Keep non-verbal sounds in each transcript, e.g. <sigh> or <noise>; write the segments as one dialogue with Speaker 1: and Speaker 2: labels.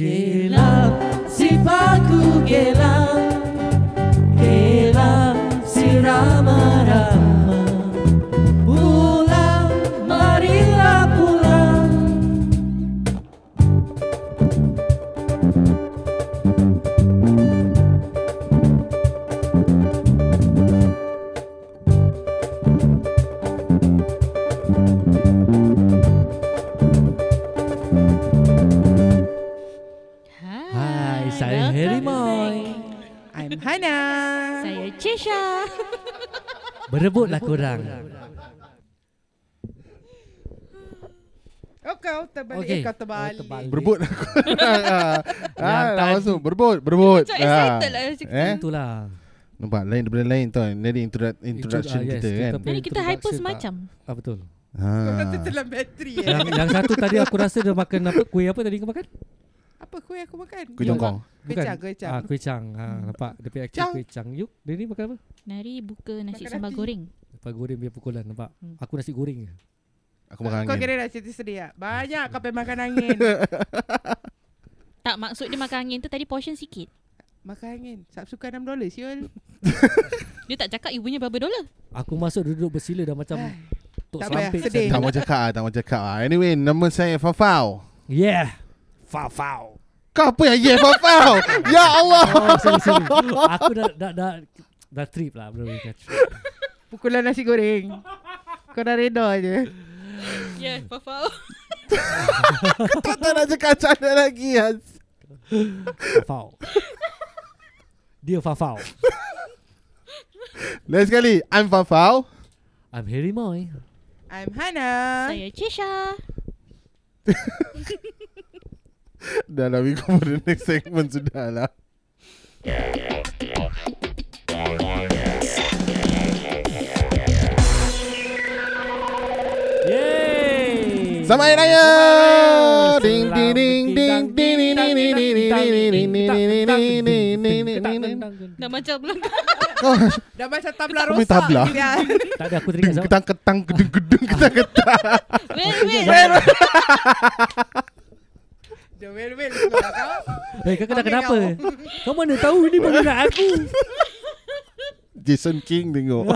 Speaker 1: Gelap sifatku gelap Gelap si rama-rama Pulang, marilah pulang
Speaker 2: Hai, saya
Speaker 3: welcome
Speaker 2: Harry
Speaker 3: back.
Speaker 2: Moy.
Speaker 1: I'm Hana
Speaker 3: Saya <laughs> Cisha.
Speaker 2: Berebutlah kurang.
Speaker 1: Oh kau terbalik,
Speaker 2: Okey. Oh,
Speaker 1: kau terbalik,
Speaker 4: Berebut aku. <laughs> ah,
Speaker 2: Yang tadi-
Speaker 4: langsung berebut, berebut.
Speaker 3: Macam excited lah macam
Speaker 4: Eh?
Speaker 2: Itulah.
Speaker 4: Nampak lain daripada lain tau. Dari introdu- introduction
Speaker 2: Intro- ah, yes,
Speaker 4: kita kan.
Speaker 2: punya
Speaker 3: Jadi kita hyper
Speaker 2: introduction
Speaker 3: semacam.
Speaker 2: tak- Ah betul.
Speaker 4: Ha.
Speaker 1: Kau kata telan bateri eh
Speaker 2: <laughs> yang, yang satu tadi aku rasa dia makan apa kuih apa tadi kau makan?
Speaker 1: Apa kuih aku makan?
Speaker 4: Kuih jongkong.
Speaker 1: Kecang, kecang
Speaker 2: Ah, kuih cang. Ha,
Speaker 1: Hmm.
Speaker 2: nampak dia punya action
Speaker 1: Cang.
Speaker 2: kuih cang. Yuk, dia ni makan apa?
Speaker 3: Nari buka nasi
Speaker 1: Makan
Speaker 3: sambal
Speaker 1: nasi.
Speaker 3: goreng.
Speaker 2: Lepas goreng biar pukulan nampak.
Speaker 3: Hmm.
Speaker 2: Aku nasi goreng je.
Speaker 4: Aku makan
Speaker 1: Kau
Speaker 4: angin.
Speaker 1: kira dah cerita sedih tak? Banyak kau pengen makan angin
Speaker 3: Tak maksud dia makan angin tu tadi portion sikit.
Speaker 1: Makan angin Sapsukan 6 dolar siul
Speaker 3: Dia tak cakap you punya berapa dolar.
Speaker 2: Aku masuk duduk bersila dah macam tok
Speaker 1: Eh, tak payah,
Speaker 2: sampit.
Speaker 1: sedih.
Speaker 4: Tak
Speaker 2: sana.
Speaker 4: mau cakap ah, tak mau cakap ah. Anyway, nama saya Fafau.
Speaker 2: Yeah. Fau
Speaker 1: <laughs>
Speaker 2: fau.
Speaker 4: Kau apa yang yeah Fafau? ya
Speaker 2: <laughs>
Speaker 4: Allah.
Speaker 2: Oh, sorry, sorry. Aku dah dah dah dah trip lah bro. Dah trip.
Speaker 1: Pukulan nasi goreng Kau dah reda je
Speaker 3: Ya, yeah, fafau.
Speaker 4: Kau tak nak cakap macam mana lagi. Yaz?
Speaker 2: Fau. Dia fau fau.
Speaker 4: Lain sekali, I'm Fafau.
Speaker 2: I'm Harry Moy.
Speaker 1: I'm Hana
Speaker 3: Saya Cisha.
Speaker 4: Dah lah, we go for the <laughs> next segment sudah lah.
Speaker 2: Yeay.
Speaker 4: Selamat Hari Raya! Ding,
Speaker 2: Selamat
Speaker 4: ding, ding, ding, ding, ding, ding, ding, ding, ding, ding, ding, ding, ding, ding, ding, ding.
Speaker 3: Dah macam
Speaker 1: lah.
Speaker 3: belum.
Speaker 1: Dah macam tabla
Speaker 4: Kau main
Speaker 1: rosak
Speaker 4: tabla?
Speaker 1: juga.
Speaker 2: Tak ada aku teringat
Speaker 4: Gedung
Speaker 2: sama.
Speaker 4: ketang ketang gedung gedung ketang ketang.
Speaker 1: <laughs>
Speaker 3: Wait, wait.
Speaker 1: Dah well-well keluar kau
Speaker 2: Eh kau kena
Speaker 1: Ambil
Speaker 2: kenapa? Kau mana tahu ni baru nak aku.
Speaker 4: Jason King tengok.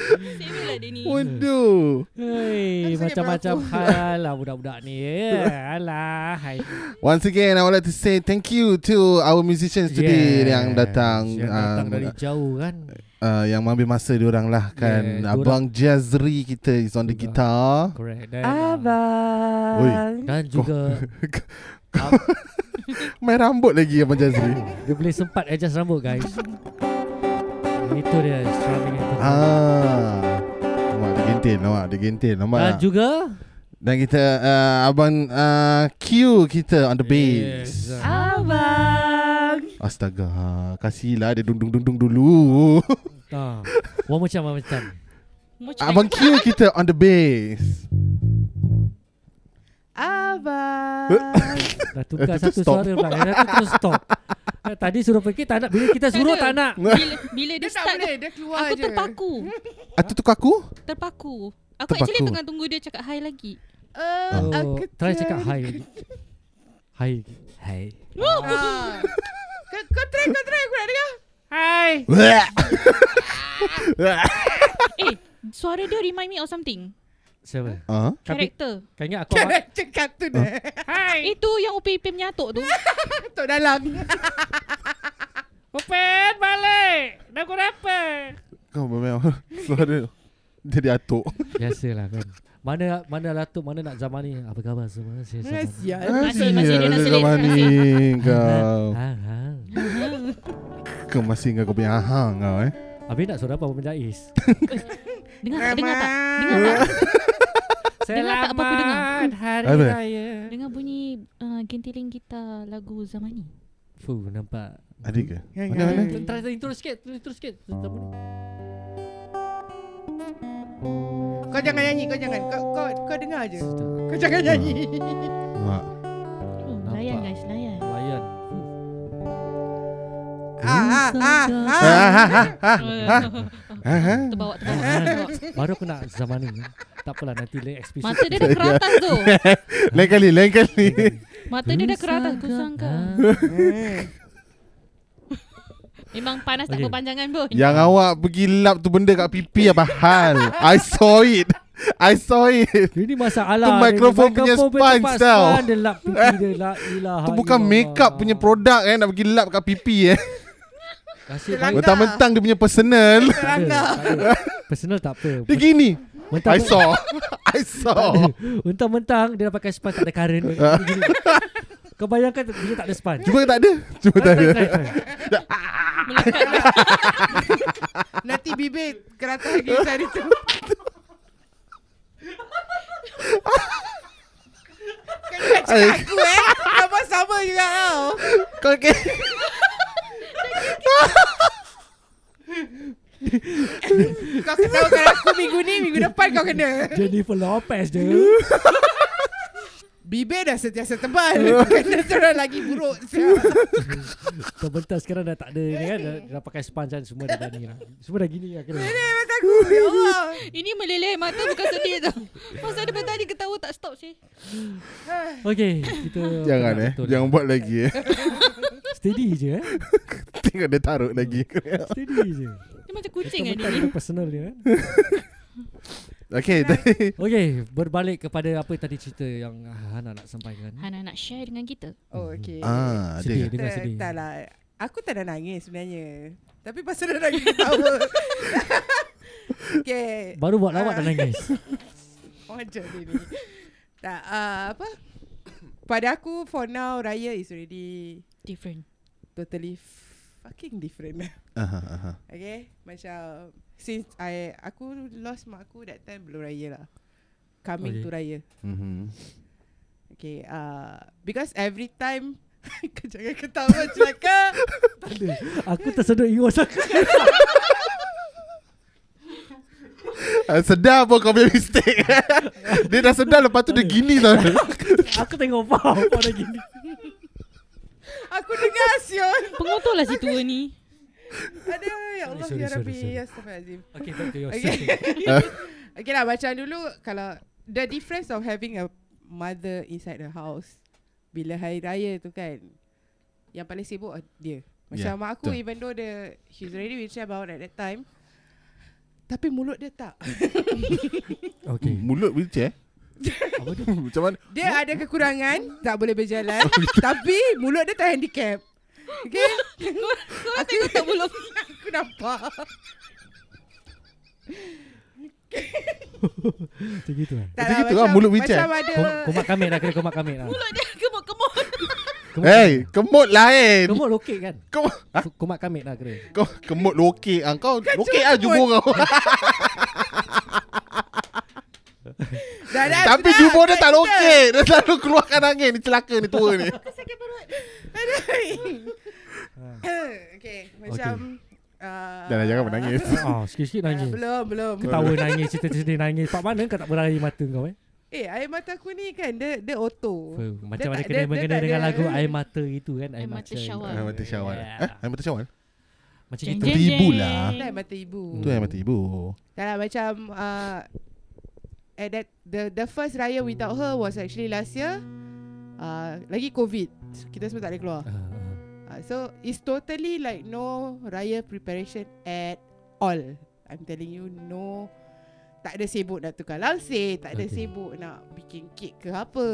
Speaker 3: Same lah dia ni.
Speaker 4: Waduh.
Speaker 2: Hei,
Speaker 1: Aku
Speaker 2: macam-macam
Speaker 1: sakit
Speaker 2: hal lah budak-budak ni. Eh, Alah, hai.
Speaker 4: Once again, I would like to say thank you to our musicians today
Speaker 2: Yes,
Speaker 4: yang datang,
Speaker 2: Yang
Speaker 4: um,
Speaker 2: datang dari jauh kan.
Speaker 4: uh, yang mengambil masa diorang lah kan.
Speaker 2: Yeah, diorang-
Speaker 4: Abang Jazri kita is on the
Speaker 2: Juga.
Speaker 4: guitar.
Speaker 2: Correct. Dan, uh,
Speaker 1: Abang
Speaker 2: dan juga
Speaker 4: Main rambut lagi Abang
Speaker 2: <laughs>
Speaker 4: Jazri.
Speaker 2: dia boleh sempat adjust rambut guys. Itu dia strumming itu.
Speaker 4: ah. Nampak dia gentil, nampak dia gentil, nampak
Speaker 2: Dan
Speaker 4: tak?
Speaker 2: juga
Speaker 4: Dan kita uh, Abang uh, Q kita on the bass.
Speaker 2: Yes.
Speaker 1: Abang
Speaker 4: Astaga, kasihlah dia dung-dung-dung dulu. <laughs>
Speaker 2: Ah, Wah macam wah macam.
Speaker 3: Macam
Speaker 2: Ah,
Speaker 4: Abang Q kita on the bass.
Speaker 1: Abang
Speaker 2: Dah tukar
Speaker 4: Eh, tu
Speaker 2: satu
Speaker 4: stop.
Speaker 2: suara pula. Yang satu terus stop. Eh, Tadi suruh pergi tak nak. Bila kita suruh tak nak.
Speaker 3: Bila, bila dia
Speaker 1: Dia tak
Speaker 3: start
Speaker 1: boleh Dia keluar
Speaker 3: Aku
Speaker 1: je
Speaker 3: terpaku
Speaker 4: Atu tukar aku?
Speaker 3: Terpaku Aku
Speaker 4: Terpaku.
Speaker 3: actually tengah tunggu dia cakap hi lagi
Speaker 1: Eh,
Speaker 2: Oh,
Speaker 1: aku
Speaker 2: try
Speaker 1: ter-
Speaker 2: cakap hi. lagi. Hi. Hi.
Speaker 1: <laughs> Ah. Kau kau try kau try Aku nak dengar
Speaker 2: Hi.
Speaker 3: Eh Suara dia remind me of something
Speaker 2: Siapa?
Speaker 4: <laughs> Ah,
Speaker 2: Tapi
Speaker 3: Karakter
Speaker 2: kau ingat aku awak?
Speaker 1: Cara cakap tu dah Hai
Speaker 3: Itu yang Upip menyatuk tu
Speaker 1: <laughs> Tok dalam
Speaker 2: Upin balik. Dah kau apa?
Speaker 4: Kau memang <laughs> suara jadi atuk.
Speaker 2: Biasalah kan. Mana mana latuk mana nak zaman ni. Apa khabar semua? Saya sama.
Speaker 1: Sial
Speaker 3: Masih, masih dia
Speaker 4: Asyik
Speaker 3: nak selit,
Speaker 4: kau mani
Speaker 3: <laughs>
Speaker 4: kau.
Speaker 2: Ha, ha.
Speaker 4: Kau masih ingat kau punya ahang kau eh.
Speaker 2: Habis nak suruh apa Abang Jais?
Speaker 3: Dengar tak Dengar tak
Speaker 1: Dengar
Speaker 3: Dengar tak Dengar tak apa aku dengar?
Speaker 2: Selamat Hari
Speaker 4: Apa?
Speaker 2: Raya.
Speaker 3: Dengar bunyi uh, Gentiling kita lagu zaman ni
Speaker 2: Fuh, nampak.
Speaker 4: Ada ke?
Speaker 1: Mana
Speaker 4: mana?
Speaker 2: Try intro sikit, intro sikit.
Speaker 1: Kau jangan nyanyi Kau jangan Kau kau kau dengar je Kau jangan nyanyi
Speaker 4: Ha.
Speaker 3: oh,
Speaker 2: Nampak.
Speaker 3: Layan guys Layan
Speaker 2: Layan.
Speaker 1: Ah ah ah ah
Speaker 4: Ah, <laughs> ah, ah,
Speaker 3: Oh,
Speaker 4: ah.
Speaker 3: Terbawa terbawa, terbawa
Speaker 2: Baru aku nak zaman ni. Tak apalah nanti lain explicit.
Speaker 3: Mata dia dah keratas tu <laughs>
Speaker 4: Lain kali, lain kali.
Speaker 3: Mata dia dah keratas Ku sangka
Speaker 2: Ah,
Speaker 1: Hmm.
Speaker 3: Memang panas tak
Speaker 2: Okay.
Speaker 3: berpanjangan pun
Speaker 2: Ya.
Speaker 4: Yang awak pergi lap tu benda kat pipi apa hal? I saw it. I saw it.
Speaker 2: Ini masalah
Speaker 4: Tu
Speaker 2: dia.
Speaker 4: microphone punya sponge
Speaker 2: tempat
Speaker 4: tau.
Speaker 2: sponge, Dia lap pipi dia lah ilah
Speaker 4: Tu bukan makeup punya produk eh nak pergi lap kat pipi eh.
Speaker 2: Kasih
Speaker 1: Dia
Speaker 2: baik
Speaker 1: langgar.
Speaker 4: Mentang-mentang dia punya personal.
Speaker 3: <laughs>
Speaker 2: tak ada,
Speaker 1: Terangga.
Speaker 2: tak ada. Personal tak apa
Speaker 4: Dia gini.
Speaker 2: Mentang-
Speaker 4: I saw. <laughs> I saw.
Speaker 2: Mentang-mentang Dia dah pakai sponge Tak ada current Gini. Kau bayangkan Dia tak ada sponge
Speaker 4: Ah. Cuba tak ada. Cuba tak ada.
Speaker 2: Try, try.
Speaker 3: Melekat lah.
Speaker 1: Nanti bibir keratas lagi macam itu. Kau jangan cakap aku eh. Sama-sama juga kau.
Speaker 4: Kau okay.
Speaker 1: Kau ketawakan aku minggu ni, minggu depan kau kena.
Speaker 2: Jennifer Lopez je
Speaker 1: Bibir dah sentiasa tebal. Kena terus lagi <laughs> buruk. Eh, siap.
Speaker 2: Bentar-bentar sekarang dah tak ada ni kan Dah, dah pakai sponge kan Semua dah, dah ni lah Semua dah gini lah kena
Speaker 1: Mata aku. Ya Allah.
Speaker 3: Ini meleleh mata bukan sedih tau Masa depan tadi ketawa tak stop sih
Speaker 2: Okay Kita
Speaker 4: Jangan
Speaker 2: penat
Speaker 4: eh.
Speaker 2: betul. lah.
Speaker 4: Jangan buat lagi eh. <laughs>
Speaker 2: Steady je eh
Speaker 4: Tengok dia taruh
Speaker 2: <laughs>
Speaker 4: lagi.
Speaker 2: Steady <laughs> je
Speaker 3: Dia macam kucing kan
Speaker 2: Bentar-bentar
Speaker 3: dia ni
Speaker 2: dia personal dia eh.
Speaker 4: Okay. tadi-
Speaker 2: Okay Berbalik kepada apa tadi cerita Yang Hana nak sampaikan
Speaker 3: Hana nak share dengan kita
Speaker 1: Oh, okay.
Speaker 4: ah,
Speaker 2: Sedih
Speaker 4: ada.
Speaker 2: dengar
Speaker 1: Tak-
Speaker 2: sedih
Speaker 1: Tak lah. Aku tak ada nangis sebenarnya. Tapi pasal dia nangis ketawa. okay.
Speaker 2: Baru buat lawak dah
Speaker 1: Ah.
Speaker 2: nangis
Speaker 1: Macam dia ni. Tak, ah, apa? Pada aku, for now, Raya is already
Speaker 3: Different
Speaker 1: totally fucking different. <laughs>
Speaker 4: Aha, aha.
Speaker 1: Okay Macam Since I Aku lost mak aku That time belum raya lah
Speaker 2: Okay.
Speaker 1: Coming okay. to raya
Speaker 4: Mhm.
Speaker 1: Okay uh, Because every time <laughs> Kau jangan ketawa celaka
Speaker 2: <laughs> Aduh, Aku tersedut Iwas <laughs> aku
Speaker 4: Ah, sedar pun kau punya mistake <laughs> Dia dah sedar Lepas tu dia gini
Speaker 2: <laughs>
Speaker 4: tau
Speaker 2: Aku tengok Pau Pau dah gini
Speaker 1: Aku dengar Sion
Speaker 3: Pengotor lah si tua ni
Speaker 1: Ada Ya Allah
Speaker 2: Sorry,
Speaker 1: Ya
Speaker 2: sorry,
Speaker 1: Rabbi
Speaker 2: sorry.
Speaker 1: Ya Astagfirullahaladzim
Speaker 2: Okay back to your
Speaker 1: Okay
Speaker 2: okay.
Speaker 1: Okay lah macam dulu Kalau The difference of having a Mother inside the house Bila hari raya tu kan Yang paling sibuk uh, dia Macam
Speaker 4: Yeah,
Speaker 1: mak aku
Speaker 4: betul.
Speaker 1: Even though the She's already wheelchair bound at that time Tapi mulut dia tak
Speaker 2: okay
Speaker 4: Mulut wheelchair eh?
Speaker 2: <laughs> Apa tu
Speaker 4: Macam mana
Speaker 1: Dia ada kekurangan Tak boleh berjalan Tapi mulut dia tak handicap Okay
Speaker 3: Korang tengok tak mulut
Speaker 1: <laughs> Aku nampak
Speaker 2: Macam gitu kan
Speaker 1: Tak
Speaker 4: Macam gitu lah, mulut wheelchair.
Speaker 1: Macam ada
Speaker 2: Kom- Komak kamit lah Kena komak kamit lah
Speaker 3: Mulut dia kemuk-kemuk
Speaker 2: Kemuk-
Speaker 4: Hey Kemut lain
Speaker 2: Kemuk lokek kan
Speaker 4: Kemut ha?
Speaker 2: Ko- Komak kamit lah kena
Speaker 4: Kau kemut lokek ah. Kau lokek lah
Speaker 1: cuma
Speaker 4: jubur
Speaker 2: <laughs>
Speaker 4: kau
Speaker 1: dah, dah,
Speaker 4: Tapi
Speaker 1: sudah,
Speaker 4: jubur dia tak
Speaker 1: sudah.
Speaker 4: lokek Dia selalu keluarkan angin Ni celaka ni tua
Speaker 2: <laughs>
Speaker 4: ni
Speaker 1: <laughs> Okay Macam uh,
Speaker 4: Dah lah jangan menangis
Speaker 2: Ah, sikit-sikit
Speaker 1: Ah,
Speaker 2: nangis
Speaker 1: Belum belum
Speaker 2: Ketawa nangis Cerita sedih nangis Pak mana kau tak berair mata kau eh
Speaker 1: Eh air mata aku ni kan Dia, dia auto
Speaker 2: Fuh, Macam
Speaker 1: tak-
Speaker 2: mana
Speaker 1: dia-
Speaker 2: kena
Speaker 1: dia
Speaker 2: mengena
Speaker 1: tak
Speaker 2: dengan
Speaker 1: ada-
Speaker 2: lagu Air Mata itu kan
Speaker 3: Air Mata Syawal.
Speaker 4: Air mata syawal
Speaker 2: Yeah.
Speaker 1: Ah.
Speaker 4: Eh? Air mata syawal
Speaker 2: Macam
Speaker 3: Jeng,
Speaker 2: itu
Speaker 3: jeng,
Speaker 4: Tertibu
Speaker 3: jeng.
Speaker 4: lah.
Speaker 1: Itu air mata ibu
Speaker 2: Oh.
Speaker 4: Tu air mata ibu
Speaker 1: Tak lah macam uh, At that the, the first raya without her Was actually last year uh, Lagi covid Kita semua tak boleh keluar
Speaker 2: Ah, ah.
Speaker 1: Uh, so it's totally like no raya preparation at all. I'm telling you no. Tak ada sibuk nak tukar langsir, tak
Speaker 2: Okay.
Speaker 1: ada okay. sibuk nak bikin kek ke apa.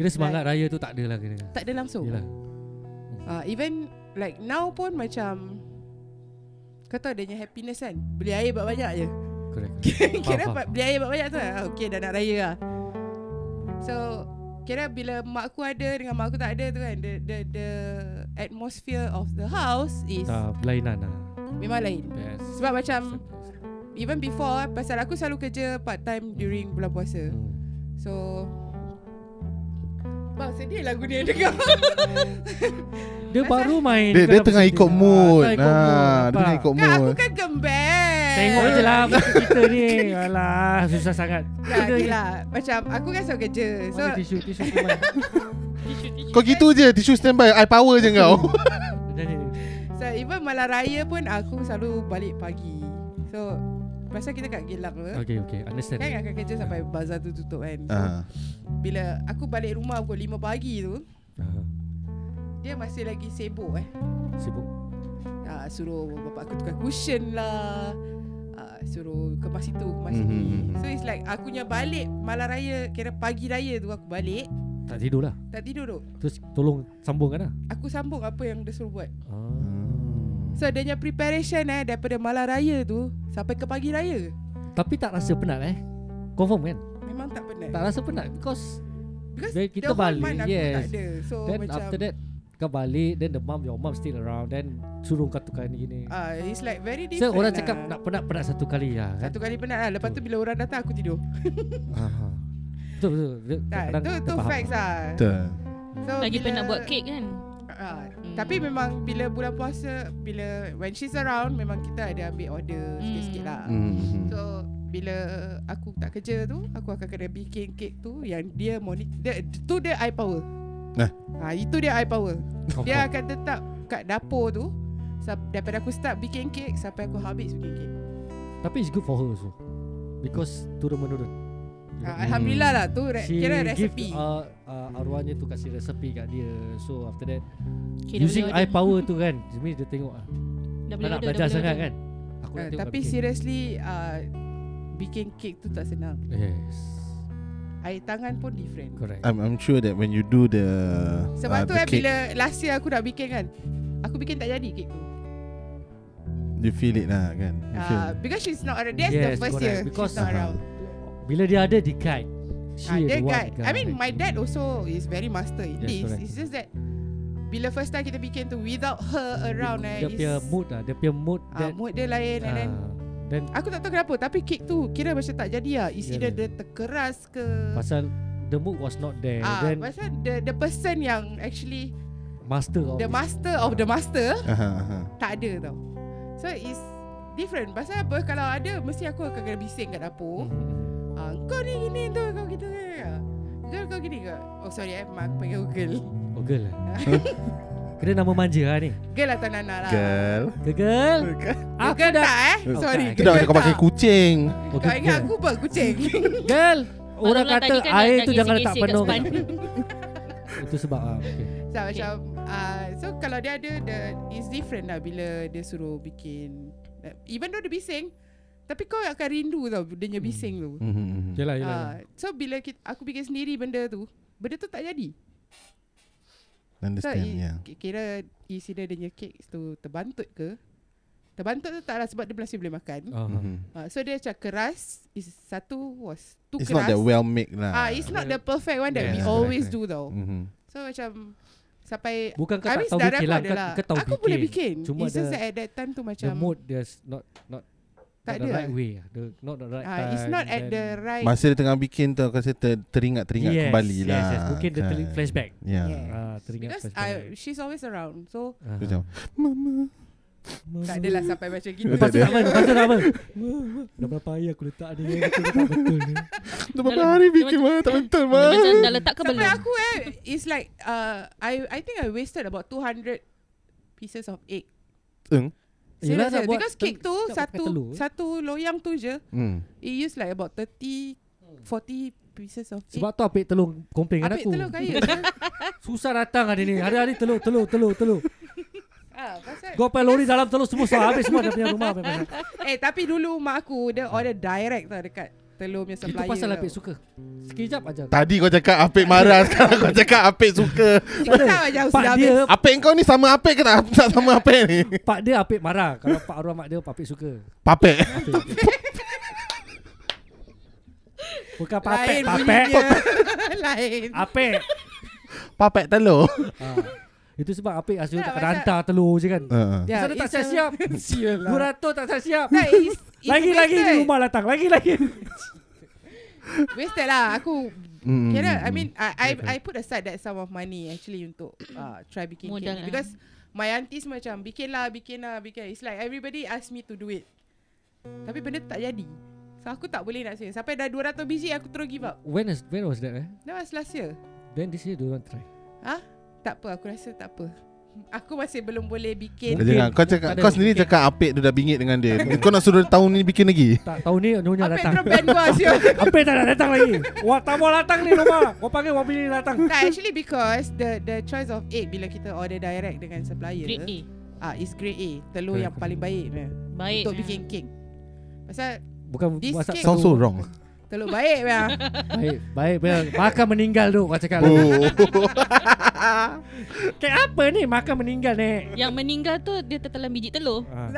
Speaker 2: Kira semangat raya tu tak ada lah kena
Speaker 1: Tak ada langsung.
Speaker 2: Yelah
Speaker 1: Uh, even like now pun macam kau tahu adanya happiness kan Beli air banyak-banyak je <laughs>
Speaker 2: Correct
Speaker 1: Kira
Speaker 2: faham.
Speaker 1: ba- beli air banyak-banyak tu ah, Okay dah nak raya lah So Kira bila mak aku ada Dengan mak aku tak ada tu kan The, the, the atmosphere of the house Is
Speaker 2: Tak berlainan lah
Speaker 1: memang lain
Speaker 2: Yes
Speaker 1: Sebab macam Even before eh, Pasal aku selalu kerja Part time during bulan puasa
Speaker 2: Hmm.
Speaker 1: So Bang sedih lagu ni dengar
Speaker 2: Dia baru main
Speaker 4: Dia,
Speaker 2: kau
Speaker 4: dia
Speaker 2: dah
Speaker 4: tengah
Speaker 2: bersedih.
Speaker 4: ikut mood
Speaker 2: Ah, tengah ikut mood,
Speaker 4: ha, Dia tengah
Speaker 2: nampak?
Speaker 4: ikut
Speaker 1: Kan aku
Speaker 4: mood
Speaker 1: kan gembel
Speaker 2: Tengok je lah muka kita
Speaker 1: <laughs>
Speaker 2: ni Alah susah sangat
Speaker 1: Tak Ya, gila Macam aku kan selalu kerja So
Speaker 2: Mana tisu tisu kuman
Speaker 4: Kau gitu je Tisu standby Air power je
Speaker 1: <laughs>
Speaker 4: kau
Speaker 1: So even malam raya pun Aku selalu balik pagi So Pasal kita kat Geylang tu
Speaker 2: Okay okay understand
Speaker 1: Kan akan kerja sampai bazar tu tutup kan so,
Speaker 4: Ah.
Speaker 1: Bila aku balik rumah pukul 5 pagi tu
Speaker 2: Ah,
Speaker 1: Dia masih lagi sibuk eh
Speaker 2: Sibuk
Speaker 1: uh, Suruh bapak aku tukar cushion lah uh, Suruh kemas itu kemas
Speaker 4: Mhm,
Speaker 1: mm-hmm.
Speaker 4: mhm.
Speaker 1: ini So it's like akunya balik malam raya Kira pagi raya tu aku balik
Speaker 2: Tak tidur lah
Speaker 1: Tak tidur tu
Speaker 2: Terus tolong sambungkan lah
Speaker 1: Aku sambung apa yang dia suruh buat
Speaker 2: ah.
Speaker 1: So dia punya preparation eh Daripada malam raya tu Sampai ke pagi raya
Speaker 2: Tapi tak rasa penat eh Confirm kan
Speaker 1: Memang tak penat
Speaker 2: Tak rasa penat Because
Speaker 1: Because
Speaker 2: Then kita
Speaker 1: the whole month
Speaker 2: balik,
Speaker 1: aku tak
Speaker 2: yes.
Speaker 1: ada So
Speaker 2: oh, Then
Speaker 1: macam
Speaker 2: after that Kau balik Then the mom Your mom still around Then suruh kau tukar ni gini
Speaker 1: uh, It's like very
Speaker 2: So
Speaker 1: different
Speaker 2: orang
Speaker 1: lah.
Speaker 2: cakap Nak penat-penat satu kali lah kan
Speaker 1: Satu kali penat lah Lepas tu bila orang datang aku tidur
Speaker 4: Aha.
Speaker 2: Betul betul Dia-
Speaker 1: Tak,
Speaker 2: kadang
Speaker 1: Kan,
Speaker 2: tak
Speaker 1: tu, tu
Speaker 2: faham.
Speaker 1: facts lah
Speaker 4: Betul.
Speaker 1: so,
Speaker 3: Lagi
Speaker 1: bila-
Speaker 3: pernah buat kek kan
Speaker 1: Ah, Tapi memang bila bulan puasa Bila when she's around Memang kita ada ambil
Speaker 3: Hmm.
Speaker 1: order sikit-sikit lah
Speaker 4: Hmm.
Speaker 1: So bila aku tak kerja tu Aku akan kena bikin kek tu Yang dia monitor dia, Tu dia eye power
Speaker 4: Eh.
Speaker 1: ha, Itu dia eye power
Speaker 2: Confirm.
Speaker 1: Dia akan tetap kat dapur tu Sa- Daripada aku start bikin kek Sampai aku habis bikin kek
Speaker 2: Tapi it's good for her also Because Turun menurun
Speaker 1: Ah, Alhamdulillah lah tu
Speaker 2: Hmm.
Speaker 1: re-
Speaker 2: She
Speaker 1: kira
Speaker 2: give,
Speaker 1: resepi.
Speaker 2: uh, uh, Arwahnya tu kasih resepi kat dia So after that
Speaker 3: okay,
Speaker 2: okay,
Speaker 3: dah
Speaker 2: Using
Speaker 3: boleh
Speaker 2: eye
Speaker 3: order.
Speaker 2: power tu kan Sebenarnya dia tengok lah Tak
Speaker 3: Dah boleh
Speaker 2: nak
Speaker 3: order, dah
Speaker 2: belajar
Speaker 3: boleh
Speaker 2: sangat
Speaker 3: order.
Speaker 2: kan Aku nak
Speaker 1: Uh,
Speaker 2: tengok
Speaker 1: tapi
Speaker 2: kat dia.
Speaker 1: seriously uh, bikin kek tu tak senang.
Speaker 2: Yes
Speaker 1: Air tangan pun different.
Speaker 2: Correct
Speaker 4: I'm I'm sure that when you do the
Speaker 1: Sebab
Speaker 4: uh,
Speaker 1: tu
Speaker 4: the
Speaker 1: eh
Speaker 4: cake,
Speaker 1: bila last year aku nak bikin kan. Aku bikin tak jadi kek tu.
Speaker 4: you feel it lah
Speaker 1: <laughs>
Speaker 4: kan. You feel.
Speaker 1: Uh, because she's not around. That's the first
Speaker 2: correct.
Speaker 1: year
Speaker 2: Because
Speaker 1: she's not
Speaker 4: Aha.
Speaker 1: around.
Speaker 2: Bila dia ada Dia guide She
Speaker 1: Ah,
Speaker 2: the
Speaker 1: that
Speaker 2: one
Speaker 1: guy.
Speaker 2: guide
Speaker 1: I mean my dad also is very master in
Speaker 2: Yes,
Speaker 1: this.
Speaker 2: correct.
Speaker 1: It's just that bila first time kita bikin tu without her around eh.
Speaker 2: Dia punya
Speaker 1: is-
Speaker 2: mood lah Dia punya mood
Speaker 1: ah,
Speaker 2: that-
Speaker 1: mood dia lain and then
Speaker 2: ah, Then
Speaker 1: Aku tak tahu kenapa Tapi kek tu Kira macam tak jadi lah Is
Speaker 2: Yeah,
Speaker 1: either
Speaker 2: yeah.
Speaker 1: dia terkeras ke
Speaker 2: Pasal The mood was not there
Speaker 1: Ah,
Speaker 2: Then
Speaker 1: pasal the the person yang actually
Speaker 2: Master of
Speaker 1: the
Speaker 2: it.
Speaker 1: master of the master
Speaker 4: Aha, aha.
Speaker 1: tak ada tau. So it's different. Pasal apa kalau ada mesti aku akan kena bising kat dapur.
Speaker 2: Mhm.
Speaker 1: Ah, kau ni gini tu kau gitu ke? Girl kau gini ke? Oh sorry eh mak aku panggil aku girl.
Speaker 2: Oh girl
Speaker 1: <laughs>
Speaker 2: lah Kena nama manja lah ni
Speaker 1: Girl atau Nana lah.
Speaker 4: Girl.
Speaker 2: Girl
Speaker 1: Aku
Speaker 2: Aku
Speaker 1: girl
Speaker 2: dah
Speaker 1: tak eh?
Speaker 4: Oh,
Speaker 1: Sorry.
Speaker 2: tak.
Speaker 4: Itu dah
Speaker 1: girl
Speaker 4: kau pakai
Speaker 1: tak.
Speaker 4: kucing.
Speaker 2: Oh,
Speaker 1: Kau ingat
Speaker 2: girl.
Speaker 1: aku buat kucing.
Speaker 2: Girl Orang
Speaker 3: Malulah
Speaker 2: kata
Speaker 3: tadi kan dah-
Speaker 2: air
Speaker 3: dah
Speaker 2: tu jangan letak
Speaker 3: gesek-gesek kat
Speaker 2: penuh
Speaker 1: <laughs>
Speaker 3: span.
Speaker 2: <laughs> Itu sebab ah, okay.
Speaker 1: so macam ah, so kalau dia ada the is different lah bila dia suruh bikin even though dia bising tapi kau akan rindu tau dia punya bising tu.
Speaker 2: Mm-hmm.
Speaker 4: Mhm.
Speaker 2: Yelah yelah
Speaker 1: Ah, so bila kita, aku bikin sendiri benda tu, benda tu tak jadi. So
Speaker 4: Understand,
Speaker 1: i-
Speaker 4: yeah.
Speaker 1: ki- kira isi dia dia punya cake tu terbantut ke? Terbantut tu tak lah sebab dia masih boleh makan.
Speaker 2: Ah,
Speaker 4: Mhm.
Speaker 1: Ah, so dia macam keras, is satu was tu
Speaker 4: It's not
Speaker 1: keras.
Speaker 4: that well made
Speaker 1: Ah,
Speaker 4: lah.
Speaker 1: it's not the perfect one that
Speaker 2: Yeah,
Speaker 1: we
Speaker 2: correct,
Speaker 1: always
Speaker 2: correct.
Speaker 1: do tau.
Speaker 4: Mhm.
Speaker 1: So macam sampai
Speaker 2: Bukan kau
Speaker 1: I
Speaker 2: tak
Speaker 1: mean,
Speaker 2: tahu
Speaker 1: saudara
Speaker 2: bikin
Speaker 1: aku
Speaker 2: lah
Speaker 1: ada
Speaker 2: Kau,
Speaker 1: lah.
Speaker 2: kau tahu
Speaker 1: Aku
Speaker 2: bikin
Speaker 1: boleh bikin.
Speaker 2: Cuma
Speaker 1: It's just
Speaker 2: the-
Speaker 1: that at that time tu macam
Speaker 2: The mood there's not Not Not
Speaker 1: Tak
Speaker 2: the
Speaker 1: ada. lah.
Speaker 2: right way ah. the, Not the right
Speaker 1: ah,
Speaker 2: time
Speaker 1: it's not at
Speaker 2: then-
Speaker 1: the right
Speaker 4: Masa dia tengah bikin tu aku rasa ter, teringat-teringat
Speaker 2: Yes,
Speaker 4: kembali lah.
Speaker 2: yes, yes. Mungkin dia terli-
Speaker 4: kan.
Speaker 2: flashback
Speaker 4: Yeah.
Speaker 1: Yeah.
Speaker 2: Ah, Teringat
Speaker 1: because
Speaker 2: flashback
Speaker 1: I, she's always around. So
Speaker 2: Ah.
Speaker 4: Macam, Mama.
Speaker 2: <laughs>
Speaker 1: tak lah. adalah sampai macam gitu.
Speaker 2: Lepas tu
Speaker 4: Tak
Speaker 2: tak apa Lepas tu tak
Speaker 1: <laughs>
Speaker 2: apa Dah berapa air aku letak ni Aku tak
Speaker 1: <laughs>
Speaker 2: betul ni
Speaker 4: Dah berapa hari bikin mah tak betul mah.
Speaker 3: Dia macam Dah letak ke
Speaker 1: Sampai
Speaker 3: belum
Speaker 1: aku eh It's like uh, I I think I wasted about 200 Pieces of egg
Speaker 4: Eng.
Speaker 2: Yelah,
Speaker 1: Serius
Speaker 2: nak
Speaker 1: eh,
Speaker 2: buat
Speaker 1: Because
Speaker 2: tel-
Speaker 1: cake tu
Speaker 2: nak pakai
Speaker 1: Satu
Speaker 2: telur.
Speaker 1: Satu loyang tu je
Speaker 4: Hmm.
Speaker 1: It used like about 30 40 pieces of egg
Speaker 2: Sebab tu apik telur Komplain dengan
Speaker 1: Apik lah.
Speaker 2: aku
Speaker 1: telur
Speaker 2: <laughs>
Speaker 1: ya. kaya
Speaker 2: Susah datang hari ni Hari-hari telur Telur Telur Telur
Speaker 1: ah, pasal,
Speaker 2: Kau pakai lori dalam telur Semua sah Habis semua Dia punya rumah habis pasal.
Speaker 1: Eh tapi dulu mak aku Dia order direct tau Dekat telur punya
Speaker 2: Itu
Speaker 1: supplier
Speaker 2: pasal
Speaker 1: tau.
Speaker 2: apik suka Sekejap aja
Speaker 4: Tadi kau cakap Apek marah <laughs> Sekarang kau cakap Apek suka
Speaker 1: Kita macam
Speaker 2: Pak
Speaker 1: sudah habis
Speaker 2: dia
Speaker 4: Apek kau ni sama Apek ke tak, <laughs> tak sama Apek ni
Speaker 2: Pak dia apik marah Kalau pak arwah mak dia Apik suka
Speaker 4: Papek
Speaker 2: Apik. <laughs> Bukan papek
Speaker 1: Lain
Speaker 2: Papek
Speaker 1: bunyinya <laughs> Lain
Speaker 2: Apik
Speaker 4: <laughs> Papek telur
Speaker 2: Ah. Itu sebab apik asyik tak
Speaker 1: Tak, pasal-
Speaker 2: hantar telur je kan
Speaker 4: uh.
Speaker 1: Ya,
Speaker 2: Pasal dia tak
Speaker 1: it's a-
Speaker 2: siap-siap
Speaker 1: <laughs>
Speaker 2: Murato tak siap-siap
Speaker 1: Tak, it's- it's
Speaker 2: Lagi-lagi di
Speaker 1: wasted.
Speaker 2: rumah datang Lagi-lagi
Speaker 1: Wasted lah Aku
Speaker 4: mm.
Speaker 1: Kira I mean I I, I put aside that sum of money actually untuk uh, try bikin cake
Speaker 3: Modal
Speaker 1: ni
Speaker 3: lah.
Speaker 1: because my aunties macam bikin lah bikin lah bikin it's like everybody ask me to do it tapi benda tu tak jadi so aku tak boleh nak serius sampai dah 200 biji aku terus give up
Speaker 2: When is when was that eh?
Speaker 1: that was last year Ha?
Speaker 2: Then this year dia orang try.
Speaker 1: tak apa aku rasa tak apa Aku masih belum boleh bikin
Speaker 2: Mungkin.
Speaker 4: Jangan kau cakap
Speaker 2: Tak ada.
Speaker 4: kau sendiri cakap apik tu dah bingit dengan
Speaker 1: <laughs>
Speaker 4: dia. kau nak suruh tahun ni bikin lagi.
Speaker 2: Tak tahun ni Nyonya
Speaker 1: Apa yang
Speaker 2: datang
Speaker 1: drop band gua sial
Speaker 2: Apa tak nak datang lagi Wah tak mau datang ni rumah Kau panggil Wah pilih datang
Speaker 1: Tak actually because The the choice of egg Bila kita order direct Dengan supplier
Speaker 3: Grade A.
Speaker 1: ah, Is grade A Telur
Speaker 2: Correct.
Speaker 1: yang paling baik meh,
Speaker 3: Baik.
Speaker 1: Untuk
Speaker 3: eh.
Speaker 1: bikin kek Pasal
Speaker 2: Bukan
Speaker 1: This
Speaker 2: masak
Speaker 1: cake-
Speaker 4: Sounds so wrong.
Speaker 1: <laughs> telur baik lah. meh.
Speaker 2: Baik Baik baik. Makan meninggal tu Kau cakap
Speaker 4: Oh.
Speaker 1: kan?
Speaker 2: Kek apa ni Makan meninggal ni
Speaker 3: Yang meninggal tu dia tertelan biji telur.
Speaker 2: Ah,
Speaker 1: <laughs>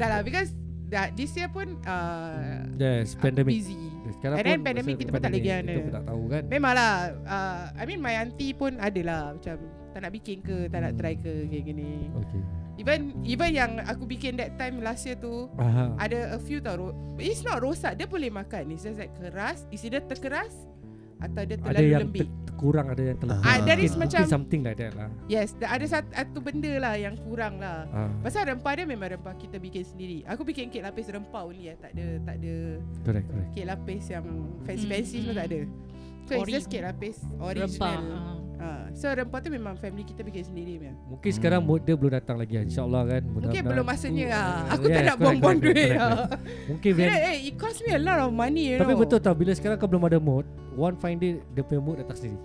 Speaker 1: Tak lah because dah, This year pun uh,
Speaker 2: Yes
Speaker 1: aku
Speaker 2: Pandemic
Speaker 1: Busy
Speaker 2: Sekarang
Speaker 1: And then pandemic kita pun tak lagi ada.
Speaker 2: Kita pun tak tahu kan
Speaker 1: Memanglah uh, I mean my auntie pun ada lah Macam tak nak bikin ke Tak nak try ke Gini-gini
Speaker 2: Okay
Speaker 1: Even even yang aku bikin that time last year tu
Speaker 2: Aha.
Speaker 1: Ada a few tau ro- It's not rosak Dia boleh makan It's just like keras Is either terkeras Atau dia
Speaker 2: Ada
Speaker 1: terlalu
Speaker 2: yang
Speaker 1: lembik
Speaker 2: ter- kurang Ada yang terlepas
Speaker 4: Ah, that is
Speaker 2: Mungkin-
Speaker 1: macam-
Speaker 2: mungkin Something like that lah
Speaker 1: Yes da- Ada satu, satu benda lah Yang kurang lah
Speaker 2: Ah,
Speaker 1: Pasal rempah dia memang rempah Kita bikin sendiri Aku bikin kek lapis rempah only lah Tak ada Tak ada
Speaker 2: Correct correct
Speaker 1: Kek lapis yang
Speaker 3: Mm,
Speaker 1: Fancy-fancy semua
Speaker 3: mm.
Speaker 1: tak ada So it's
Speaker 3: Ori-
Speaker 1: just kek lapis
Speaker 3: Rempah. Ha.
Speaker 1: Original Ah, So rempah tu memang family kita bikin sendiri punya
Speaker 2: Mungkin hmm. sekarang mood dia belum datang lagi lah. InsyaAllah kan
Speaker 1: Mungkin
Speaker 2: mudah-mudahan
Speaker 1: belum
Speaker 2: tu-
Speaker 1: masanya lah
Speaker 2: Ah,
Speaker 1: Aku
Speaker 2: yes,
Speaker 1: tak nak
Speaker 2: correct,
Speaker 1: buang-buang
Speaker 2: correct,
Speaker 1: duit
Speaker 2: correct,
Speaker 1: lah
Speaker 2: correct. Mungkin
Speaker 1: Kira,
Speaker 2: bila-
Speaker 1: eh, It cost me a lot of money you
Speaker 2: Tapi
Speaker 1: know
Speaker 2: betul tau Bila sekarang kau belum ada mood One fine day Dia punya mood datang sendiri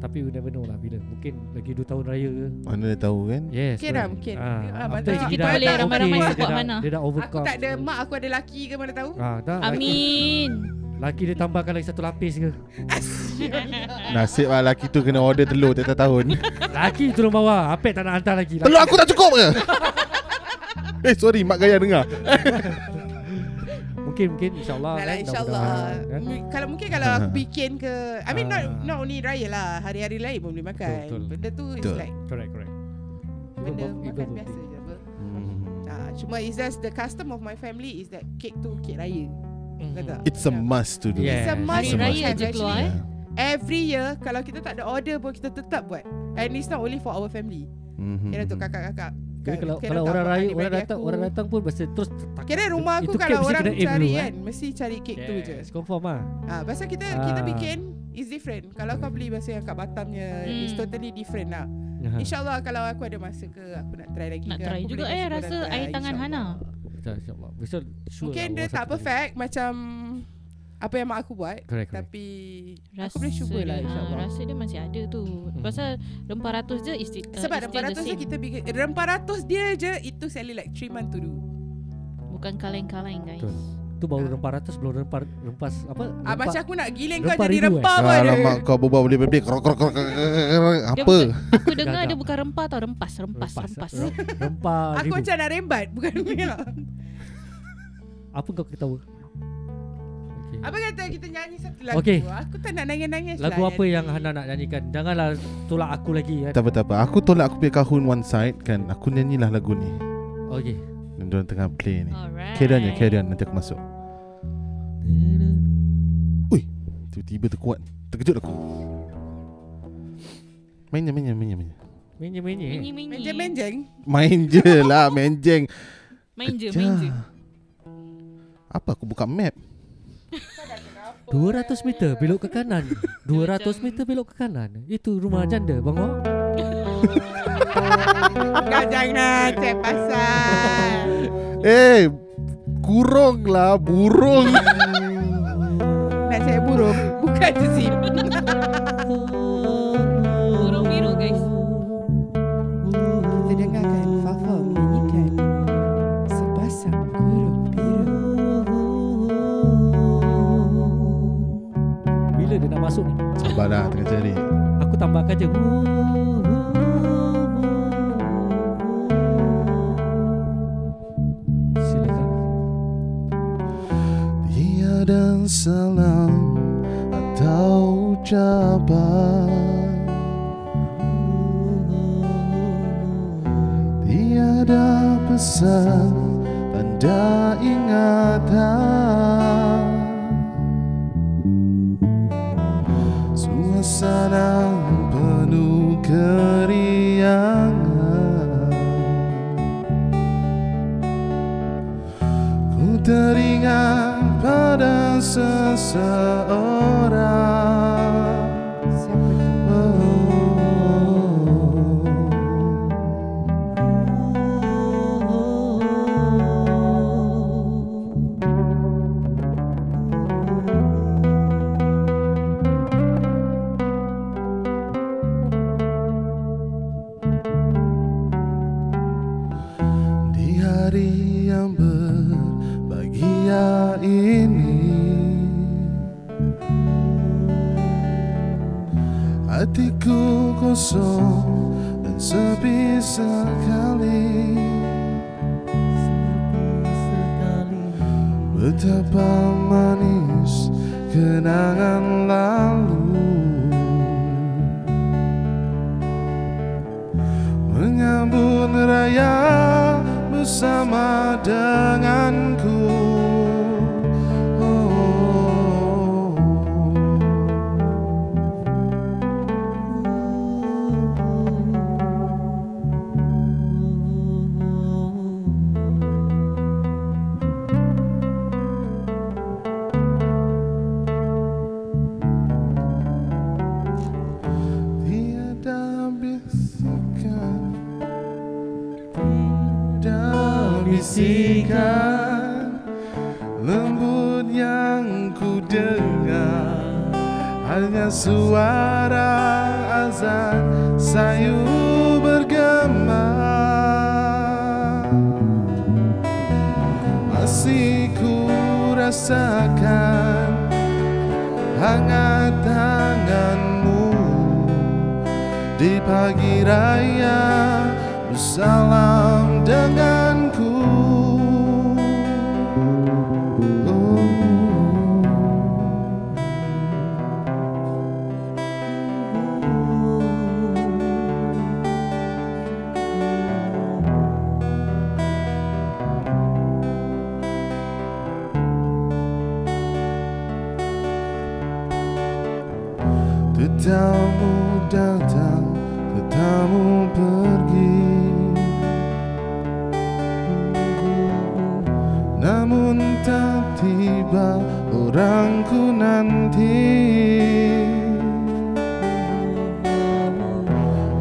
Speaker 2: Tapi you never know lah Bila Mungkin lagi 2 tahun raya ke
Speaker 4: Mana dia tahu kan?
Speaker 2: Yes
Speaker 1: Mungkin lah, mungkin. Ya,
Speaker 2: ah,
Speaker 1: mana
Speaker 2: after
Speaker 1: tahu.
Speaker 2: dia
Speaker 1: Kita
Speaker 2: dah
Speaker 1: boleh
Speaker 2: okay,
Speaker 3: ramai-ramai
Speaker 2: dia
Speaker 3: support
Speaker 2: dah-
Speaker 3: mana.
Speaker 2: Dia dah
Speaker 1: Aku
Speaker 2: overcome
Speaker 1: tak ada mak aku ada laki ke mana tahu
Speaker 2: ah, dah,
Speaker 3: Amin.
Speaker 2: laki, laki dia tambahkan lagi satu lapis ke
Speaker 4: Nasib lah lelaki tu kena order telur tiap-tiap
Speaker 1: <laughs>
Speaker 4: tahun.
Speaker 2: Laki turun bawah Apek tak nak hantar lagi
Speaker 4: telur aku tak
Speaker 1: <laughs>
Speaker 4: cukup ke? eh sorry mak gaya dengar.
Speaker 2: Mungkin mungkin InsyaAllah
Speaker 1: Dah lah
Speaker 2: kan,
Speaker 1: insyaAllah
Speaker 2: mudah-mudahan, kan?
Speaker 1: M- Kalau mungkin kalau aku bikin ke I mean not
Speaker 2: Ah.
Speaker 1: not only raya lah Hari-hari lain pun boleh makan
Speaker 2: Betul, betul.
Speaker 1: Benda tu is
Speaker 4: Betul.
Speaker 1: like
Speaker 2: Correct correct Even
Speaker 1: Benda
Speaker 2: birth- even
Speaker 1: makan
Speaker 2: birthday.
Speaker 1: biasa je apa Ah, Cuma it's just the custom of my family Is that cake tu cake raya
Speaker 2: Hmm.
Speaker 1: Ya. Kau tak?
Speaker 4: It's a must to do.
Speaker 2: Yeah.
Speaker 1: It's a
Speaker 2: Yes,
Speaker 3: Eh, Hari
Speaker 1: must
Speaker 4: it's
Speaker 1: to
Speaker 4: a
Speaker 3: raya
Speaker 1: have
Speaker 3: je keluar
Speaker 1: actually
Speaker 3: eh.
Speaker 1: Every year Kalau kita tak ada order pun Kita tetap buat And it's not only for our family
Speaker 4: Mhm.
Speaker 1: Kira
Speaker 3: Hmm.
Speaker 1: untuk kakak-kakak Kan,
Speaker 2: Kira kalau,
Speaker 1: Kira
Speaker 2: kalau
Speaker 1: untuk
Speaker 2: orang raya
Speaker 1: adik-beradik
Speaker 2: orang datang
Speaker 1: aku.
Speaker 2: orang datang pun mesti terus tak-
Speaker 1: Kira rumah
Speaker 2: itu
Speaker 1: aku
Speaker 2: cake
Speaker 1: kalau
Speaker 2: mesti
Speaker 1: orang
Speaker 2: kena aim
Speaker 1: cari
Speaker 2: dulu, eh.
Speaker 1: kan Mesti cari cake tu je
Speaker 2: Yes, Confirm ah.
Speaker 1: Ah, pasal kita kita
Speaker 2: Ah.
Speaker 1: bikin is different. Kalau kau beli pasal yang kat Batamnya
Speaker 3: Hmm.
Speaker 1: mm. is totally different lah.
Speaker 2: Aha.
Speaker 1: InsyaAllah kalau aku ada masa ke aku nak try lagi
Speaker 3: Nak
Speaker 1: ke.
Speaker 3: try
Speaker 1: aku
Speaker 3: juga eh
Speaker 1: boleh kasi korang
Speaker 3: rasa
Speaker 1: try,
Speaker 3: air tangan
Speaker 1: insyaAllah.
Speaker 3: Hana.
Speaker 2: Insya- InsyaAllah Bisa sure
Speaker 1: Mungkin
Speaker 2: lah,
Speaker 1: dia
Speaker 2: orang
Speaker 1: tak
Speaker 2: satu
Speaker 1: perfect macam apa yang mak aku buat
Speaker 2: kali. Correct correct
Speaker 1: tapi
Speaker 3: Rasa
Speaker 1: aku boleh cuba lah
Speaker 3: dia-
Speaker 1: insyaAllah.
Speaker 3: ah, Rasa dia masih ada tu. Pasal rempah ratus je is still, uh,
Speaker 1: Sebab
Speaker 3: is still
Speaker 1: rempah
Speaker 3: the
Speaker 1: ratus je
Speaker 3: same.
Speaker 1: kita bikin Rempah ratus dia je Itu selling like 3 month to do
Speaker 3: Bukan kaleng-kaleng guys.
Speaker 2: Betul. Tu baru
Speaker 1: Ah.
Speaker 2: rempah ratus Belum rempah Rempas apa
Speaker 1: ah,
Speaker 2: rempah-
Speaker 1: Macam aku nak giling kau
Speaker 2: rempah
Speaker 1: jadi
Speaker 2: rindu, eh?
Speaker 1: rempah pun ada
Speaker 4: Ah, Alamak kau berbual boleh bebek krok krok krok krok, krok, krok.
Speaker 3: Dia
Speaker 4: apa?
Speaker 3: bukan- Aku dengar
Speaker 2: Gagak.
Speaker 3: dia bukan rempah tau, rempas, rempas, rempas.
Speaker 2: eh? Rempah
Speaker 1: <laughs>
Speaker 2: ribu.
Speaker 1: Aku macam nak rembat Bukan <laughs>
Speaker 2: Apa kau ketawa okay.
Speaker 1: Apa kata kita nyanyi satu lagu
Speaker 2: Okey.
Speaker 1: Aku tak nak nangis-nangis
Speaker 2: Lagu
Speaker 1: lah
Speaker 2: apa yang
Speaker 1: nanti.
Speaker 2: Hana nak nyanyikan Janganlah tolak aku lagi kan
Speaker 4: Tak apa tak apa. Aku tolak aku punya kahun one side kan. Aku nyanyilah lagu ni.
Speaker 2: Okay
Speaker 4: Yang diorang tengah play ni.
Speaker 3: Alright.
Speaker 4: Carry on je, carry on. Nanti aku masuk. Tiba-tiba terkuat. Terkejut aku. Main je, main je, main je, main je.
Speaker 2: Menye-menye
Speaker 3: Main je,
Speaker 1: Menjeng-menjeng
Speaker 4: Main je
Speaker 3: <laughs>
Speaker 4: lah, menjeng.
Speaker 3: main je, main je.
Speaker 4: Apa aku buka map?
Speaker 2: 200 meter belok ke <laughs> kanan 200 meter belok ke kanan Itu rumah janda Bang Wak
Speaker 1: Kau jangan cek pasal
Speaker 2: <laughs>
Speaker 4: Eh, kurung lah,
Speaker 3: <laughs>
Speaker 4: burung.
Speaker 1: Nak saya burung <laughs> Bukan je sih
Speaker 3: Burung biru guys.
Speaker 1: Kita dengarkan Fafa menyanyikan Sepasang burung biru
Speaker 2: Bila dia nak masuk ni
Speaker 4: Sabarlah, tengah cari.
Speaker 2: Aku tambahkan je Uh, Silakan
Speaker 4: Tiada salam atau ucapan Tiada pesan tanda ingatan Suasana penuh keriangan Ku teringat pada seseorang
Speaker 1: Siapa
Speaker 4: Oh, oh, oh. Hatiku kosong dan sepi sekali Betapa manis kenangan lalu Menyambut raya bersama denganku oh. Tiada bisikan Tiada bisikan Lembut yang ku dengar Hanya suara azan Sayu bergema masih ku rasakan hangat tanganmu di pagi raya bersalam denganku. Tetamu datang, tetamu pergi Namun tak tiba orangku nanti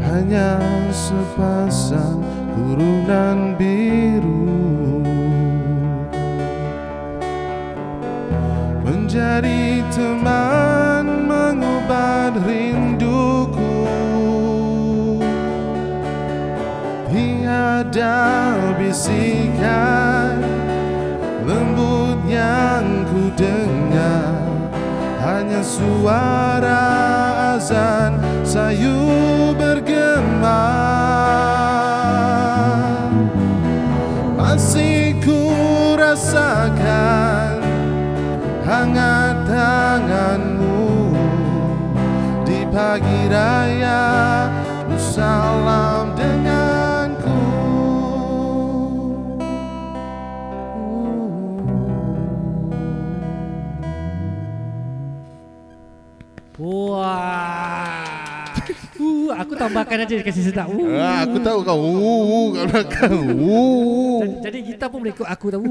Speaker 4: Hanya sepasang gurunan biru menjadi teman mengubat rinduku tiada bisikan lembut yang ku dengar hanya suara azan sayu bergema masih ku rasakan hangat tanganmu di pagi raya bersalam denganku.
Speaker 2: Wah. Uh, aku tambahkan aja kasi sedap. Uh.
Speaker 4: Ah, aku tahu kau. Uh, uh, kau nak kau. Uh.
Speaker 2: Jadi, jadi gitar pun boleh ikut aku tahu.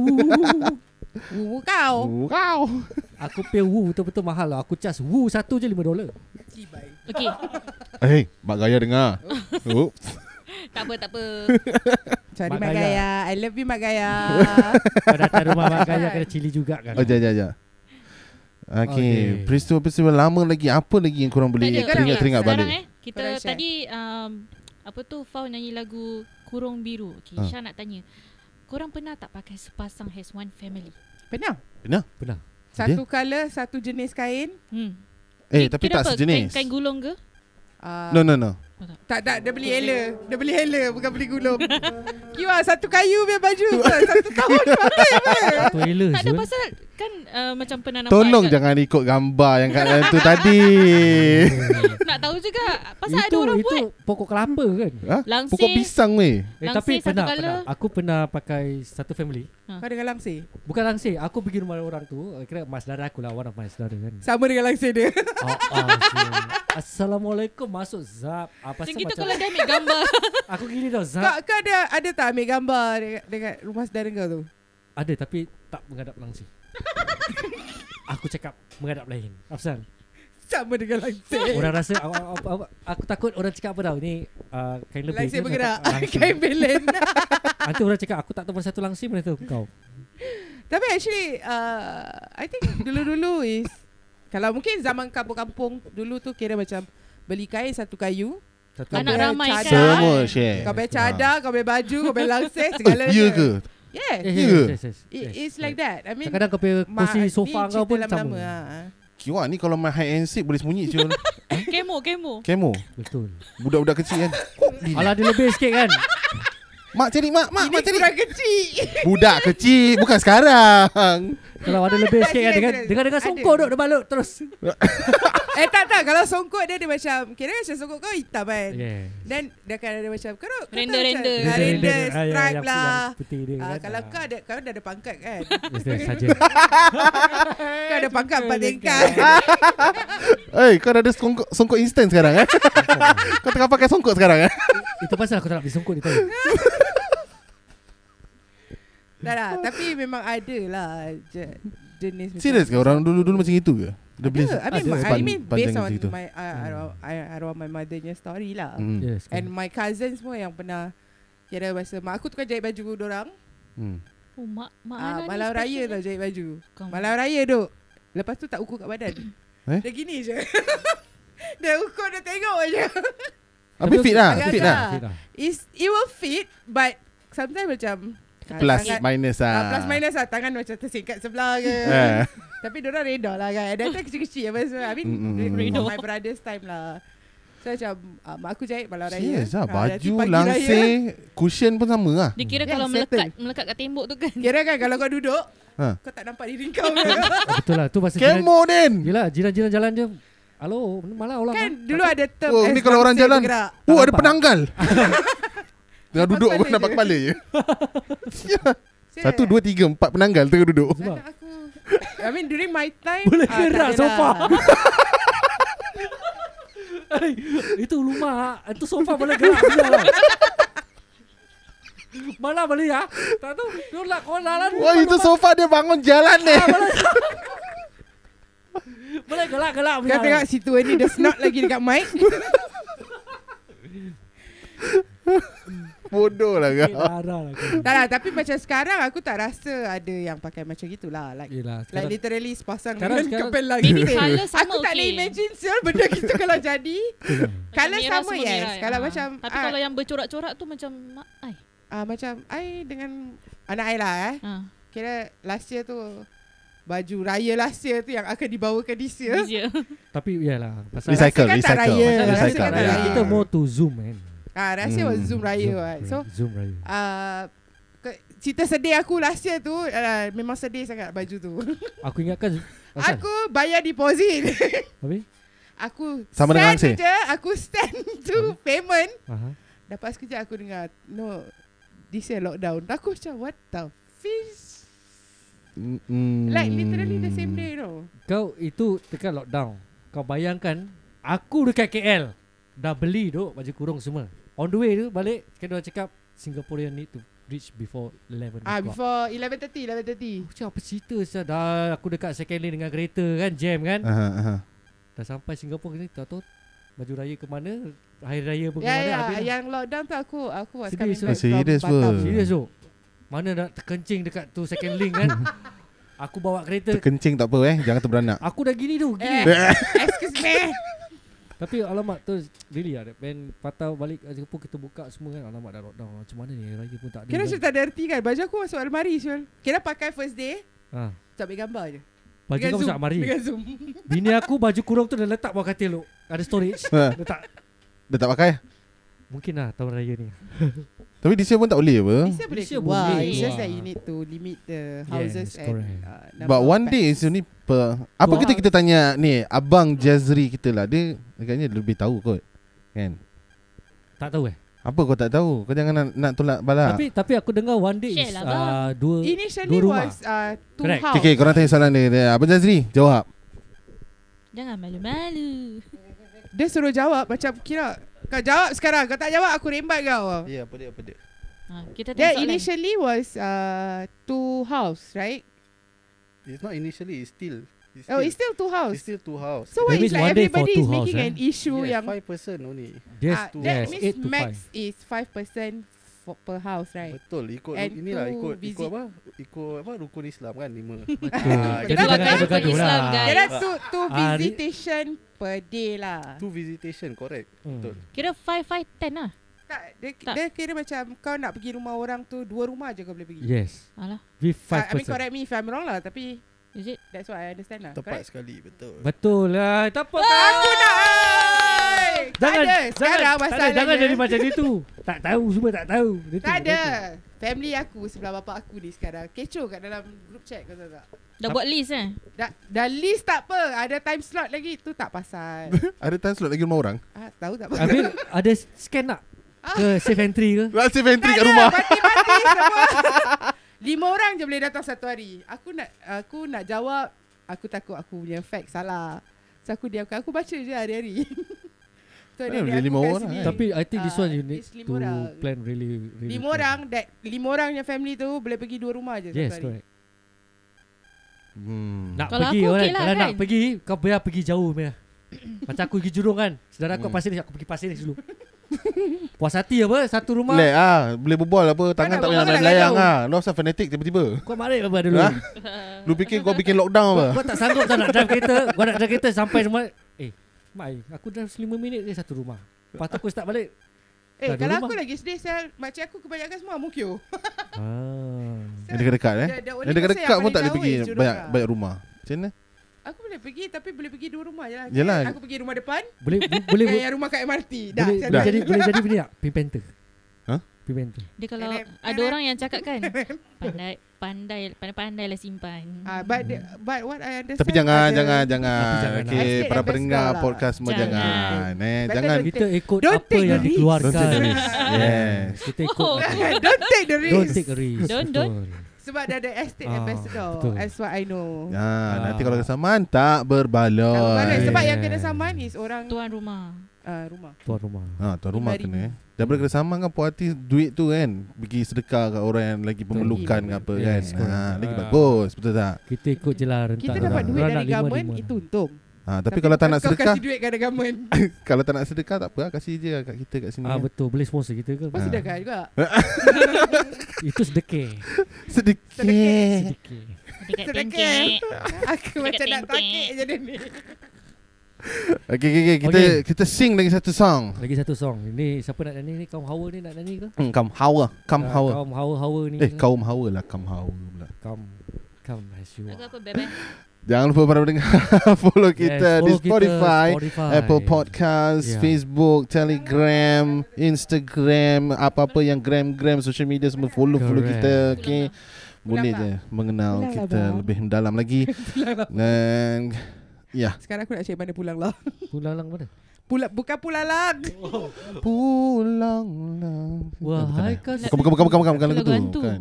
Speaker 1: Wuwu kau.
Speaker 4: Uh, Kau.
Speaker 2: Aku pay woo betul-betul mahal lah. Aku cas woo satu je 5 dolar.
Speaker 3: Okey, <laughs>
Speaker 4: Eh, Mak Gaya dengar. Oh.
Speaker 3: tak apa tak apa.
Speaker 1: Sorry
Speaker 2: Mak
Speaker 1: Mak
Speaker 2: Gaya.
Speaker 1: Gaya. I love you Mak
Speaker 2: <laughs>
Speaker 1: Gaya.
Speaker 2: Kau datang rumah Mak Gaya kena cili juga kan.
Speaker 4: Oh, jap, jap, jap.
Speaker 2: Okey.
Speaker 4: Okay, peristiwa-peristiwa lama lagi Apa lagi yang korang boleh
Speaker 3: Tak ada.
Speaker 4: teringat-teringat
Speaker 3: Sekarang
Speaker 4: balik
Speaker 3: eh, kita
Speaker 1: Korang share.
Speaker 3: tadi um, apa tu Fau nyanyi lagu Kurung Biru. Okey,
Speaker 4: Ah.
Speaker 3: Syah nak tanya. Korang pernah tak pakai sepasang has one family?
Speaker 1: Pernah?
Speaker 3: eh?
Speaker 2: Pernah.
Speaker 1: Satu colour, satu jenis kain.
Speaker 3: Hmm.
Speaker 4: Eh,
Speaker 3: Ki-
Speaker 4: tapi
Speaker 3: kira
Speaker 4: tak
Speaker 3: apa?
Speaker 4: sejenis
Speaker 3: Kain, kain gulung ke?
Speaker 1: Uh,
Speaker 4: No, no, no
Speaker 1: Tak tak dia beli hela. Dia beli hela bukan beli gulung. <laughs> Kiwa satu kayu biar
Speaker 2: <laughs>
Speaker 1: baju kau. Satu tahun pakai apa?
Speaker 2: Satu elok
Speaker 3: Tak ada
Speaker 2: je.
Speaker 3: pasal kan uh, macam pernah nampak
Speaker 4: Tolong
Speaker 3: kat-
Speaker 4: jangan ikut gambar yang kat dalam tu
Speaker 1: <laughs>
Speaker 4: tadi.
Speaker 3: <laughs> Nak tahu juga pasal ada
Speaker 2: itu,
Speaker 3: orang
Speaker 2: itu
Speaker 3: buat.
Speaker 2: pokok kelapa kan.
Speaker 4: Ha?
Speaker 3: Langsir.
Speaker 4: Pokok pisang weh.
Speaker 2: Eh,
Speaker 3: Langsir
Speaker 2: tapi
Speaker 3: satu
Speaker 2: pernah,
Speaker 3: colour.
Speaker 2: pernah. Aku pernah pakai satu family.
Speaker 1: Kau dengan langsir.
Speaker 2: Bukan langsir. Aku pergi rumah orang tu. eh, Kira mas saudara aku lah. One of my saudara
Speaker 3: <laughs>
Speaker 2: kan.
Speaker 1: Sama dengan langsir dia.
Speaker 2: Ah, ah, sial. Assalamualaikum masuk zap. Apa
Speaker 3: Macam
Speaker 2: pasal
Speaker 3: kita
Speaker 2: macam
Speaker 3: kalau dia ambil
Speaker 4: <laughs>
Speaker 3: gambar <laughs>
Speaker 2: aku gini tau
Speaker 1: Kau,
Speaker 2: zap.
Speaker 1: <laughs> kau ada ada tak ambil gambar dekat, dekat rumah saudara kau tu?
Speaker 2: Ada tapi tak menghadap
Speaker 3: <laughs>
Speaker 2: langsir. aku cakap menghadap lain. Afsan.
Speaker 1: Sama dengan langsir.
Speaker 3: Eh.
Speaker 2: Orang rasa aku, aku, aku, aku takut orang cakap apa tau ni uh, kain lebih.
Speaker 1: Langsir
Speaker 2: ke?
Speaker 1: bergerak.
Speaker 2: Cakap, ah, <laughs> langsir.
Speaker 1: Kain belen. <laughs>
Speaker 2: Nanti orang cakap aku tak tahu pasal satu langsir mana tahu kau.
Speaker 1: Tapi actually uh, I think dulu-dulu is Kalau mungkin zaman kampung-kampung Dulu tu kira macam Beli kain satu kayu
Speaker 2: Satu
Speaker 3: Anak
Speaker 1: Kau
Speaker 3: ramai
Speaker 1: cadar.
Speaker 3: kan
Speaker 4: Semua share.
Speaker 1: Kau beli
Speaker 2: Ah.
Speaker 1: cadar Kau beli baju Kau beli
Speaker 2: <laughs>
Speaker 1: langsir Segala
Speaker 4: Eh, ya ke?
Speaker 1: Yeah
Speaker 2: Eh, yes,
Speaker 4: Ya.
Speaker 2: yes, yes,
Speaker 1: It,
Speaker 2: yes.
Speaker 1: It's like that I mean
Speaker 2: Kadang-kadang kau punya
Speaker 1: mak
Speaker 2: kursi
Speaker 1: ni
Speaker 2: sofa kau
Speaker 1: cerita
Speaker 2: pun
Speaker 1: lama-lama,
Speaker 2: sama.
Speaker 1: ha.
Speaker 4: Kiwa ni kalau main high and seek boleh sembunyi cun.
Speaker 3: Game Kemo, kemo.
Speaker 4: <laughs> Kemo
Speaker 2: Betul
Speaker 4: Budak-budak kecil kan
Speaker 2: Alah dia lebih sikit
Speaker 1: <laughs>
Speaker 2: kan
Speaker 4: Mak cari mak
Speaker 1: Ini
Speaker 4: Mak mak cari
Speaker 1: kurang
Speaker 4: <laughs>
Speaker 1: kecil <laughs>
Speaker 4: Budak kecil Bukan sekarang
Speaker 2: Kalau ada lebih sikit kan Dengan dengan, dengan
Speaker 1: Ada.
Speaker 2: songkok duk dia balut terus
Speaker 1: Eh tak tak Kalau songkok dia dia macam Kira macam songkok kau hitam kan
Speaker 2: <laughs> Yeah
Speaker 1: Then dia akan ada macam Kau tahu- kau tahu
Speaker 3: Render-render.
Speaker 1: macam, ah,
Speaker 2: Ah,
Speaker 1: Render
Speaker 2: ya,
Speaker 1: Stripe
Speaker 2: yang-
Speaker 1: lah
Speaker 2: yang Putih dia
Speaker 1: Ah,
Speaker 2: kan.
Speaker 1: Kalau
Speaker 2: Ah.
Speaker 1: kau ada Kau dah ada pangkat
Speaker 3: <laughs>
Speaker 1: kan
Speaker 2: Yes,
Speaker 1: <laughs>
Speaker 2: yes, saja.
Speaker 1: Kau ada pangkat empat
Speaker 2: <laughs>
Speaker 1: tingkat
Speaker 4: Eh kau dah ada songkok, songkok
Speaker 1: <laughs>
Speaker 4: instant sekarang eh Kau tengah pakai songkok sekarang eh
Speaker 2: Itu pasal aku tak nak disungkut dia tahu.
Speaker 1: Hmm. Dah lah Tapi memang ada lah je- Jenis macam-
Speaker 4: Serius ke orang dulu-dulu macam itu ke Dia beli
Speaker 2: Ada.
Speaker 1: Ada Ya, I mean, my, I
Speaker 4: Pan-
Speaker 1: mean
Speaker 4: panjang
Speaker 1: based on
Speaker 4: macam itu.
Speaker 1: my uh,
Speaker 2: Hmm.
Speaker 1: arwah, I- arwah my mothernya story lah
Speaker 4: Hmm.
Speaker 2: Yes.
Speaker 1: And my cousins semua yang pernah Kira masa Mak aku tukar jahit baju dorang
Speaker 4: Hmm.
Speaker 3: Oh, mak, mak
Speaker 1: ah,
Speaker 3: Ana ni
Speaker 1: Malam raya
Speaker 3: special
Speaker 1: tau
Speaker 3: eh.
Speaker 1: jahit baju
Speaker 3: Kau.
Speaker 1: Malam raya duk Lepas tu tak ukur kat badan
Speaker 4: Eh?
Speaker 1: Dia gini je <laughs> Dia ukur dia tengok je
Speaker 4: Tapi fit lah
Speaker 1: Agak-agak.
Speaker 4: Fit lah
Speaker 2: Fit lah.
Speaker 1: It's, It will fit But Sometimes macam ah,
Speaker 4: Plus
Speaker 1: tangan-
Speaker 4: minus
Speaker 1: ah,
Speaker 4: lah
Speaker 1: Plus minus lah Tangan macam tersingkat sebelah ke
Speaker 4: <laughs> Eh.
Speaker 1: Tapi diorang reda lah kan Ada time kecil-kecil apa semua I mean
Speaker 4: Mm, mm,
Speaker 1: mm,
Speaker 4: mm.
Speaker 2: <laughs>
Speaker 1: My brother's time lah So macam uh, Mak aku jahit malam raya
Speaker 4: Serius lah
Speaker 1: Ah, nanti
Speaker 4: Baju,
Speaker 1: pagi raya.
Speaker 4: langsir Cushion pun sama lah
Speaker 3: Dia kira
Speaker 1: Yeah,
Speaker 3: kalau
Speaker 1: settle.
Speaker 3: melekat melekat kat tembok tu kan.
Speaker 1: Kira kan kalau kau duduk
Speaker 4: Ha.
Speaker 1: Kau tak nampak diri kau ke?
Speaker 4: <laughs>
Speaker 2: Ah, Betul lah. Tu pasal jiran.
Speaker 4: Kemo Din
Speaker 2: Yelah, jiran-jiran jalan je. Halo, malah orang
Speaker 1: Kan dulu ada term
Speaker 4: Oh,
Speaker 1: as
Speaker 4: ni kalau orang
Speaker 1: bangsa
Speaker 4: jalan.
Speaker 1: bergerak.
Speaker 2: Tak
Speaker 4: Oh ada
Speaker 2: nampak.
Speaker 1: <laughs>
Speaker 4: penanggal Tengah
Speaker 1: Nampak
Speaker 4: duduk
Speaker 1: kepala
Speaker 4: pun nampak
Speaker 1: je.
Speaker 4: kepala <laughs> je Ya.
Speaker 1: Serius.
Speaker 4: Satu, dua, tiga, empat penanggal tengah duduk
Speaker 1: Anak aku I mean during my time
Speaker 2: Boleh
Speaker 1: ah,
Speaker 2: gerak
Speaker 1: tak ada
Speaker 2: sofa. <laughs>
Speaker 1: lah.
Speaker 2: Hey, itu rumah Itu sofa boleh gerak dia lah. Malah balik ya Tak tahu Dia nak lah. kau lalan
Speaker 4: Wah itu sofa dia bangun jalan ni
Speaker 1: Ah,
Speaker 2: Boleh gelak-gelak
Speaker 1: Kau tengok situ ni Dia snot lagi dekat mic
Speaker 4: <laughs> Bodoh lah
Speaker 2: Eh,
Speaker 4: kau
Speaker 1: Tak lah tapi macam sekarang Aku tak rasa ada yang pakai macam gitulah
Speaker 2: Yelah
Speaker 1: Like Like
Speaker 2: Eh lah, sekarang
Speaker 1: literally sepasang
Speaker 2: Sekarang-
Speaker 1: dengan
Speaker 2: sekarang-
Speaker 1: kepala
Speaker 3: Maybe
Speaker 1: gitu.
Speaker 3: colour sama
Speaker 1: Aku tak boleh
Speaker 3: okay.
Speaker 1: imagine Sial benda gitu kalau jadi
Speaker 3: Macam
Speaker 1: Colour
Speaker 3: merah
Speaker 1: sama
Speaker 3: semua
Speaker 1: yes
Speaker 3: merah,
Speaker 1: Kalau
Speaker 3: ah.
Speaker 1: macam
Speaker 3: Tapi
Speaker 1: ah,
Speaker 3: kalau yang bercorak-corak tu macam mak ai.
Speaker 1: ah, Macam I dengan Anak I lah eh
Speaker 3: Ha.
Speaker 1: Kira last year tu Baju raya last year tu Yang akan dibawakan this
Speaker 3: <laughs>
Speaker 1: year
Speaker 3: Easier.
Speaker 2: Tapi yelah Pasal kan,
Speaker 1: Recycle.
Speaker 4: Recycle
Speaker 1: Rasakan tak
Speaker 4: Recycle
Speaker 1: raya?
Speaker 4: Recycle
Speaker 1: Rasakan tak
Speaker 4: ya.
Speaker 1: raya?
Speaker 2: Kita more to zoom kan
Speaker 1: Ah, last year was
Speaker 4: Hmm.
Speaker 1: Zoom raya right? So
Speaker 2: Zoom raya
Speaker 1: uh, cerita sedih aku last year tu uh, memang sedih sangat baju tu.
Speaker 2: Aku ingatkan Hasan,
Speaker 1: aku bayar deposit. <laughs>
Speaker 2: Habis
Speaker 1: aku
Speaker 4: Sama dengan
Speaker 1: stand
Speaker 4: Langsir?
Speaker 1: je, aku stand to payment.
Speaker 2: Aha.
Speaker 1: Lepas sekejap aku dengar no this year lockdown. Aku macam what the fish?
Speaker 4: Mm.
Speaker 1: Like literally the same day you know.
Speaker 2: Kau itu tekan lockdown Kau bayangkan Aku dekat KL Dah beli duk Baju kurung semua On the way tu balik Kan dia cakap Singaporean need to reach before 11 o'clock
Speaker 1: Ah before 11.30 11.30.
Speaker 2: Aku cakap apa cerita saya Dah aku dekat second lane dengan kereta kan Jam kan
Speaker 1: Ah.
Speaker 4: Aha, aha.
Speaker 2: Dah sampai Singapura ni Tak tahu Baju raya ke mana Hari raya pun
Speaker 1: Ya
Speaker 2: ke mana
Speaker 1: ya
Speaker 2: habis lah.
Speaker 1: yang lockdown tu aku aku was
Speaker 2: Sedih,
Speaker 1: coming
Speaker 2: so-
Speaker 1: back
Speaker 4: Serious
Speaker 1: from Batam.
Speaker 4: pun.
Speaker 2: Serius tu Mana nak terkencing dekat tu second lane
Speaker 1: <laughs>
Speaker 2: kan Aku bawa kereta
Speaker 4: Terkencing tak apa eh Jangan terberanak
Speaker 2: Aku dah gini tu gini.
Speaker 1: Eh,
Speaker 4: <laughs>
Speaker 1: excuse me.
Speaker 2: Tapi alamak tu Really lah that band patah balik kat Singapura Kita buka semua kan Alamak dah lockdown Macam mana ni Raya pun tak ada
Speaker 1: Kira
Speaker 2: kan?
Speaker 1: cerita dirty kan Baju aku masuk almari Syul Kira pakai first day
Speaker 2: ha.
Speaker 1: Tak ambil gambar je
Speaker 2: Baju
Speaker 1: Dengan
Speaker 2: kau
Speaker 1: zoom,
Speaker 2: macam mari
Speaker 1: Dengan zoom
Speaker 2: Bini aku baju kurung tu Dah letak bawah katil tu Ada storage
Speaker 4: Ha.
Speaker 2: Letak
Speaker 4: Dia tak pakai
Speaker 2: Mungkin lah tahun raya ni
Speaker 4: Tapi this year pun tak boleh apa
Speaker 1: Malaysia boleh
Speaker 2: Malaysia
Speaker 1: keluar
Speaker 2: boleh
Speaker 1: It's just
Speaker 2: keluar.
Speaker 1: that you need to limit the houses
Speaker 2: Yes,
Speaker 1: and
Speaker 2: correct.
Speaker 1: uh, number
Speaker 4: But
Speaker 1: of
Speaker 4: one
Speaker 1: pax.
Speaker 4: day is only per Apa
Speaker 2: Wow.
Speaker 4: kita kita tanya ni Abang Jazri kita lah Dia agaknya lebih tahu kot Kan
Speaker 2: Tak tahu eh
Speaker 4: Apa kau tak tahu Kau jangan nak, nak tolak
Speaker 2: ha.
Speaker 4: balak
Speaker 2: Tapi tapi aku dengar one day
Speaker 3: Share
Speaker 2: is
Speaker 3: lah, bang.
Speaker 2: uh, Dua
Speaker 1: Initially
Speaker 2: dua rumah.
Speaker 1: was uh, two
Speaker 2: Correct.
Speaker 1: house
Speaker 4: Okay, okay korang tanya soalan dia, dia Abang Jazri jawab
Speaker 3: Jangan malu-malu.
Speaker 1: Dia suruh jawab Macam kira Kau jawab sekarang Kau tak jawab Aku rembat kau
Speaker 4: Ya apa dia apa dia
Speaker 3: Ha, kita tengok
Speaker 1: That
Speaker 3: soalan.
Speaker 1: initially was uh, Two house right
Speaker 5: It's not initially. It's still. It's
Speaker 1: Oh it's still two
Speaker 5: It's
Speaker 1: house
Speaker 5: still two house.
Speaker 2: That
Speaker 1: So what
Speaker 2: means
Speaker 1: is like
Speaker 2: one day for
Speaker 1: Everybody
Speaker 2: two
Speaker 1: is making
Speaker 2: house,
Speaker 1: an issue
Speaker 5: yeah,
Speaker 1: Yang
Speaker 5: five person only.
Speaker 2: Yes,
Speaker 1: Ah,
Speaker 5: two
Speaker 1: That
Speaker 5: house.
Speaker 2: yes,
Speaker 1: means
Speaker 2: 8 to
Speaker 1: max
Speaker 2: 5
Speaker 1: is 5% for, per house right
Speaker 5: Betul. Ikut
Speaker 1: And
Speaker 5: And inilah
Speaker 1: two
Speaker 5: ikut
Speaker 1: visit.
Speaker 5: ikut apa? Ikut apa? Rukun Islam kan
Speaker 1: <laughs>
Speaker 5: lima.
Speaker 2: Ah, Jadi
Speaker 1: Betul
Speaker 2: jangan
Speaker 1: kan?
Speaker 2: bergaduh lah
Speaker 3: Islam, guys.
Speaker 1: Kira tu tu
Speaker 2: Ah, ni-
Speaker 1: visitation per day lah.
Speaker 5: Two visitation correct.
Speaker 2: Hmm.
Speaker 5: Betul.
Speaker 3: Kira 5 5 10 lah.
Speaker 1: Tak dia,
Speaker 3: Tak.
Speaker 1: dia kira macam kau nak pergi rumah orang tu dua rumah je kau boleh pergi.
Speaker 2: Yes
Speaker 3: Alah,
Speaker 2: With 5
Speaker 1: Ah, I mean
Speaker 2: percent
Speaker 1: correct me if I'm wrong lah tapi
Speaker 3: is it?
Speaker 1: that's what I understand lah.
Speaker 5: Tepat
Speaker 1: Correct.
Speaker 5: sekali betul.
Speaker 2: Betul lah Tak apa kan
Speaker 1: Aku nak Tak Ah, ada.
Speaker 2: jangan,
Speaker 1: Sekarang
Speaker 2: tak ada,
Speaker 1: masalahnya-
Speaker 2: jangan jadi macam itu. Tak tahu semua tak tahu. Dia tu,
Speaker 1: Tak
Speaker 2: dia
Speaker 1: ada.
Speaker 2: tu.
Speaker 1: Family aku sebelah bapak aku ni sekarang. Kecoh kat dalam group chat kau tahu tak?
Speaker 3: Dah buat list eh
Speaker 1: Dah, dah list tak apa. Ada time slot lagi. Tu
Speaker 2: <laughs>
Speaker 1: tak pasal.
Speaker 4: Ada time slot lagi rumah orang
Speaker 1: ah, tahu tak apa?
Speaker 2: Habis ada scan tak?
Speaker 1: Ah.
Speaker 2: Ke safe entry ke?
Speaker 4: Nak save entry kat
Speaker 1: ada,
Speaker 4: rumah
Speaker 1: Mati-mati semua. <laughs> Lima orang je boleh datang satu hari. Aku nak aku nak jawab, aku takut aku punya fact salah. So aku diamkan. Aku baca je hari-hari. <laughs> so,
Speaker 2: Kan
Speaker 4: Eh,
Speaker 1: dia-
Speaker 4: boleh
Speaker 1: dia aku
Speaker 4: lima
Speaker 1: kat
Speaker 4: orang,
Speaker 1: sini.
Speaker 4: eh.
Speaker 2: <laughs> lah. Tapi I think this
Speaker 1: Ah,
Speaker 2: one you need
Speaker 1: it's
Speaker 2: to
Speaker 1: lima orang.
Speaker 2: plan really really.
Speaker 1: lima
Speaker 2: plan.
Speaker 1: orang that lima orang yang family tu boleh pergi dua rumah je
Speaker 2: Yes,
Speaker 1: satu
Speaker 2: correct.
Speaker 1: hari.
Speaker 4: hmm.
Speaker 2: Nak
Speaker 3: Kalau
Speaker 2: pergi
Speaker 3: aku
Speaker 2: orang
Speaker 3: okey lah,
Speaker 2: kalau nak
Speaker 3: kan?
Speaker 2: pergi kau biar pergi jauh
Speaker 1: <coughs>
Speaker 2: punya. Macam aku pergi Jurong kan. Saudara aku
Speaker 4: Hmm.
Speaker 2: kat Pasir Ris aku pergi Pasir Ris dulu. Puas hati apa satu rumah.
Speaker 4: Lek ah, boleh berbual apa,
Speaker 1: nak
Speaker 4: tangan tak boleh nak
Speaker 1: berbual
Speaker 4: main
Speaker 1: nak
Speaker 4: layang
Speaker 1: gaduh. Eh.
Speaker 4: ah. Lu asal fanatik tiba-tiba.
Speaker 2: Kau marah apa dulu.
Speaker 4: Ha? Lu fikir kau bikin lockdown apa?
Speaker 2: Kau, kau tak sanggup tau nak drive kereta Kau nak drive kereta sampai rumah Eh Mai Aku drive 5 minit je satu rumah Lepas tu aku start balik
Speaker 1: Eh
Speaker 2: Tak ada
Speaker 1: kalau
Speaker 2: rumah.
Speaker 1: aku lagi sedih sel makcik aku kebanyakan semua Amokyo.
Speaker 2: ah.
Speaker 4: Yang dekat-dekat eh.
Speaker 1: The- the only
Speaker 4: Yang dekat-dekat
Speaker 1: person yang
Speaker 4: pun tak boleh
Speaker 1: boleh
Speaker 4: pergi
Speaker 1: jauh is
Speaker 4: banyak
Speaker 1: Jurong
Speaker 4: banyak rumah. Macam mana?
Speaker 1: lah. Aku boleh pergi tapi boleh pergi dua rumah je lah.
Speaker 4: Yelah.
Speaker 1: Aku pergi rumah depan,
Speaker 2: Boleh bu- boleh
Speaker 1: yang,
Speaker 2: bu-
Speaker 1: yang rumah kat MRT. Dah.
Speaker 2: boleh,
Speaker 1: macam
Speaker 2: boleh
Speaker 1: tu.
Speaker 2: jadi boleh jadi benda tak? Pink Panther
Speaker 4: Ha?
Speaker 2: Pink Panther
Speaker 3: Dia kalau
Speaker 1: Terep,
Speaker 3: Ada
Speaker 1: terep.
Speaker 3: orang yang cakap
Speaker 1: <laughs>
Speaker 3: kan Pandai Pandai Pandai-pandai lah simpan
Speaker 1: Ah, but the, but what I understand.
Speaker 4: Tapi jangan
Speaker 1: ada-
Speaker 4: jangan jangan.
Speaker 2: Tapi jangan
Speaker 4: Okey,
Speaker 1: lah.
Speaker 4: para
Speaker 1: Estate
Speaker 4: pendengar
Speaker 1: ambassador lah.
Speaker 4: podcast semua jangan.
Speaker 3: Jangan.
Speaker 4: Eh,
Speaker 1: Better
Speaker 4: jangan
Speaker 1: don't
Speaker 2: Kita ikut
Speaker 1: Don't
Speaker 2: apa
Speaker 1: take
Speaker 2: yang
Speaker 1: the risk.
Speaker 4: don't
Speaker 2: dikeluarkan
Speaker 4: take the risk. Yes.
Speaker 2: Kita ikut
Speaker 3: Oh.
Speaker 2: apa-
Speaker 1: <laughs> Don't take the risk.
Speaker 2: Don't take a risk
Speaker 3: Don't-
Speaker 2: Betul.
Speaker 1: Sebab dia ada estate
Speaker 2: Ah,
Speaker 1: ambassador.
Speaker 2: betul.
Speaker 1: That's what I know.
Speaker 4: Ha, nanti kalau kesamaan tak berbaloi.
Speaker 1: Kalau balik, sebab
Speaker 4: ya,
Speaker 2: yeah.
Speaker 1: yang kena saman is orang
Speaker 3: Tuan rumah
Speaker 1: uh, rumah.
Speaker 2: Tuan rumah
Speaker 4: Ha, tuan rumah
Speaker 1: Lima
Speaker 4: kena eh. Daripada kena sama kan puas hati duit tu kan pergi sedekah kat orang yang lagi memerlukan ke apa kan.
Speaker 2: Yes, correct.
Speaker 4: Ha, lagi
Speaker 2: Ah.
Speaker 4: bagus, betul tak?
Speaker 2: Kita ikut je lah rentak
Speaker 1: Kita
Speaker 4: tak,
Speaker 1: dapat
Speaker 4: tak.
Speaker 1: duit
Speaker 2: Orang
Speaker 1: dari
Speaker 2: nak lima,
Speaker 1: government,
Speaker 2: lima.
Speaker 1: itu untung.
Speaker 4: Ha, tapi, kalau tak
Speaker 1: kau-
Speaker 4: nak
Speaker 1: kau
Speaker 4: sedekah,
Speaker 1: kasi duit kat
Speaker 4: <laughs>
Speaker 1: government.
Speaker 4: kalau tak nak sedekah tak apa, lah, kasih je kat kita kat sini.
Speaker 2: Ah
Speaker 4: kan.
Speaker 2: betul boleh sponsor kita ke?
Speaker 1: Kau
Speaker 4: Ah.
Speaker 1: sedekah juga.
Speaker 2: Itu sedekah.
Speaker 4: Sedikit.
Speaker 2: Sedekah.
Speaker 3: Dekat
Speaker 1: <laughs> Sedekah.
Speaker 3: tingkit
Speaker 1: <laughs> Aku macam nak
Speaker 3: tengkek.
Speaker 1: takik je dia ni.
Speaker 4: Okey okey okay. kita
Speaker 2: Okey.
Speaker 4: kita sing lagi satu song.
Speaker 2: Lagi satu song. Ini siapa nak nyanyi ni? Kaum Hawa ni nak nyanyi ke?
Speaker 4: Hmm, Kam Hawa, Kam
Speaker 2: Ah,
Speaker 4: Hawa.
Speaker 2: Kaum Hawa Hawa ni.
Speaker 4: Eh kaum Hawa lah, Kam Hawa pula.
Speaker 2: Kaum Kaum Hasyua.
Speaker 3: Lagu apa bebe
Speaker 4: Jangan lupa para pendengar <laughs> follow kita di
Speaker 2: follow
Speaker 4: Spotify,
Speaker 2: Oh, Spotify.
Speaker 4: Apple Podcast,
Speaker 2: Ya.
Speaker 4: Facebook, Telegram, Instagram, apa-apa yang gram-gram social media semua follow follow
Speaker 2: Correct.
Speaker 4: kita, okey.
Speaker 3: lah.
Speaker 1: Pulang
Speaker 4: Boleh
Speaker 1: tak?
Speaker 4: je mengenal
Speaker 1: Pulang lah,
Speaker 4: kita
Speaker 1: bang.
Speaker 4: lebih mendalam lagi. Dan ya,
Speaker 1: <laughs> Sekarang aku nak cari mana pulang lah.
Speaker 2: Pulang lang
Speaker 4: Eh,
Speaker 2: mana?
Speaker 1: Pula, bukan pulalang.
Speaker 4: pulanglah.
Speaker 2: Wahai
Speaker 4: Eh,
Speaker 2: kau.
Speaker 4: Bukan, lah. bukan, bukan, bukan, bukan, bukan lagu
Speaker 3: Lagu
Speaker 4: tu. kan?
Speaker 3: hantu.
Speaker 4: Bukan.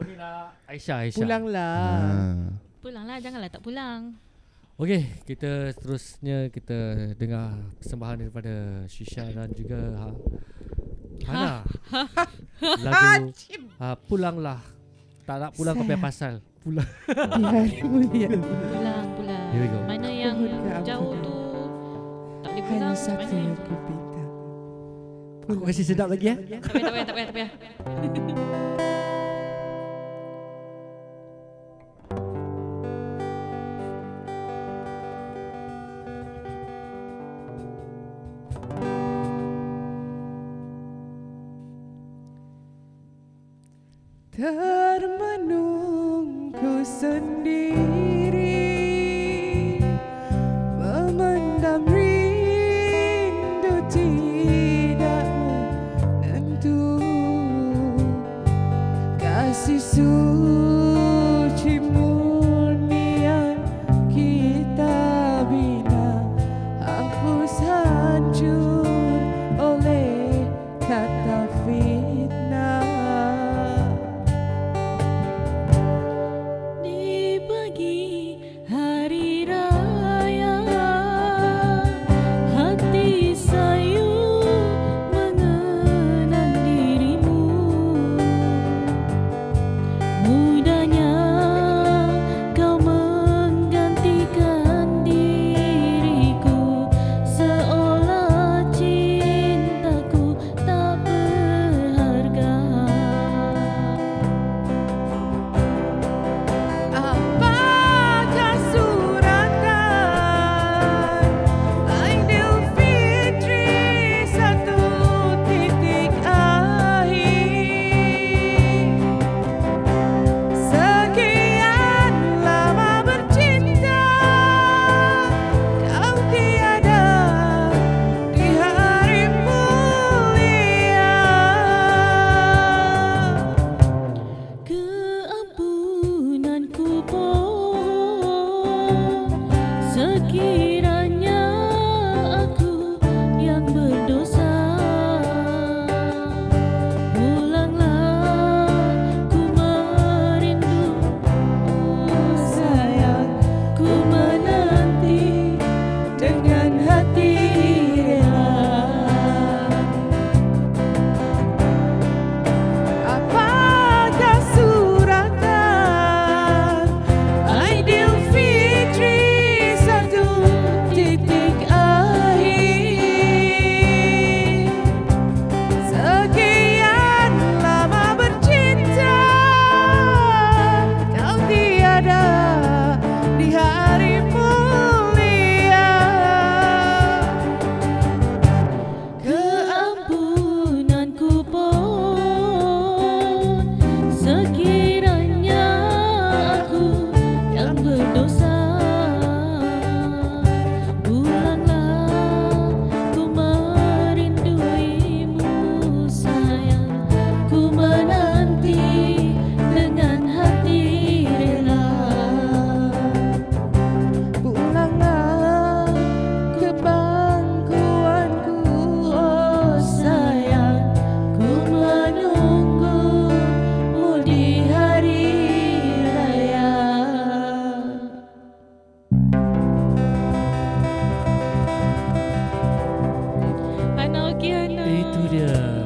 Speaker 2: Oh ni lah Aisyah Aisyah.
Speaker 1: Pulanglah.
Speaker 4: Ah.
Speaker 3: Pulang lah Janganlah tak pulang
Speaker 2: Okey, kita seterusnya kita dengar persembahan daripada Shisha dan juga ha, Hana. Lagu ha, Pulanglah. Tak nak pulang kau punya
Speaker 1: Sayang.
Speaker 2: pasal. Pulang.
Speaker 1: Ah. Di hari mulia.
Speaker 3: Pulang Pulang
Speaker 2: Here we go.
Speaker 3: Mana yang
Speaker 1: Mohon
Speaker 3: jauh
Speaker 1: keampunan.
Speaker 3: tu Tak boleh pulang
Speaker 1: Hanya satu
Speaker 3: Mana
Speaker 1: yang
Speaker 3: yang
Speaker 1: ku pinta.
Speaker 2: Aku kasi sedap lagi eh.
Speaker 3: Tak payah tak payah tak payah, tak payah
Speaker 1: Termenung ku sendiri Memendam rindu tidak menentu Kasih suci murni yang kita bina Hapus hancur oleh kata fitnah
Speaker 6: Di pagi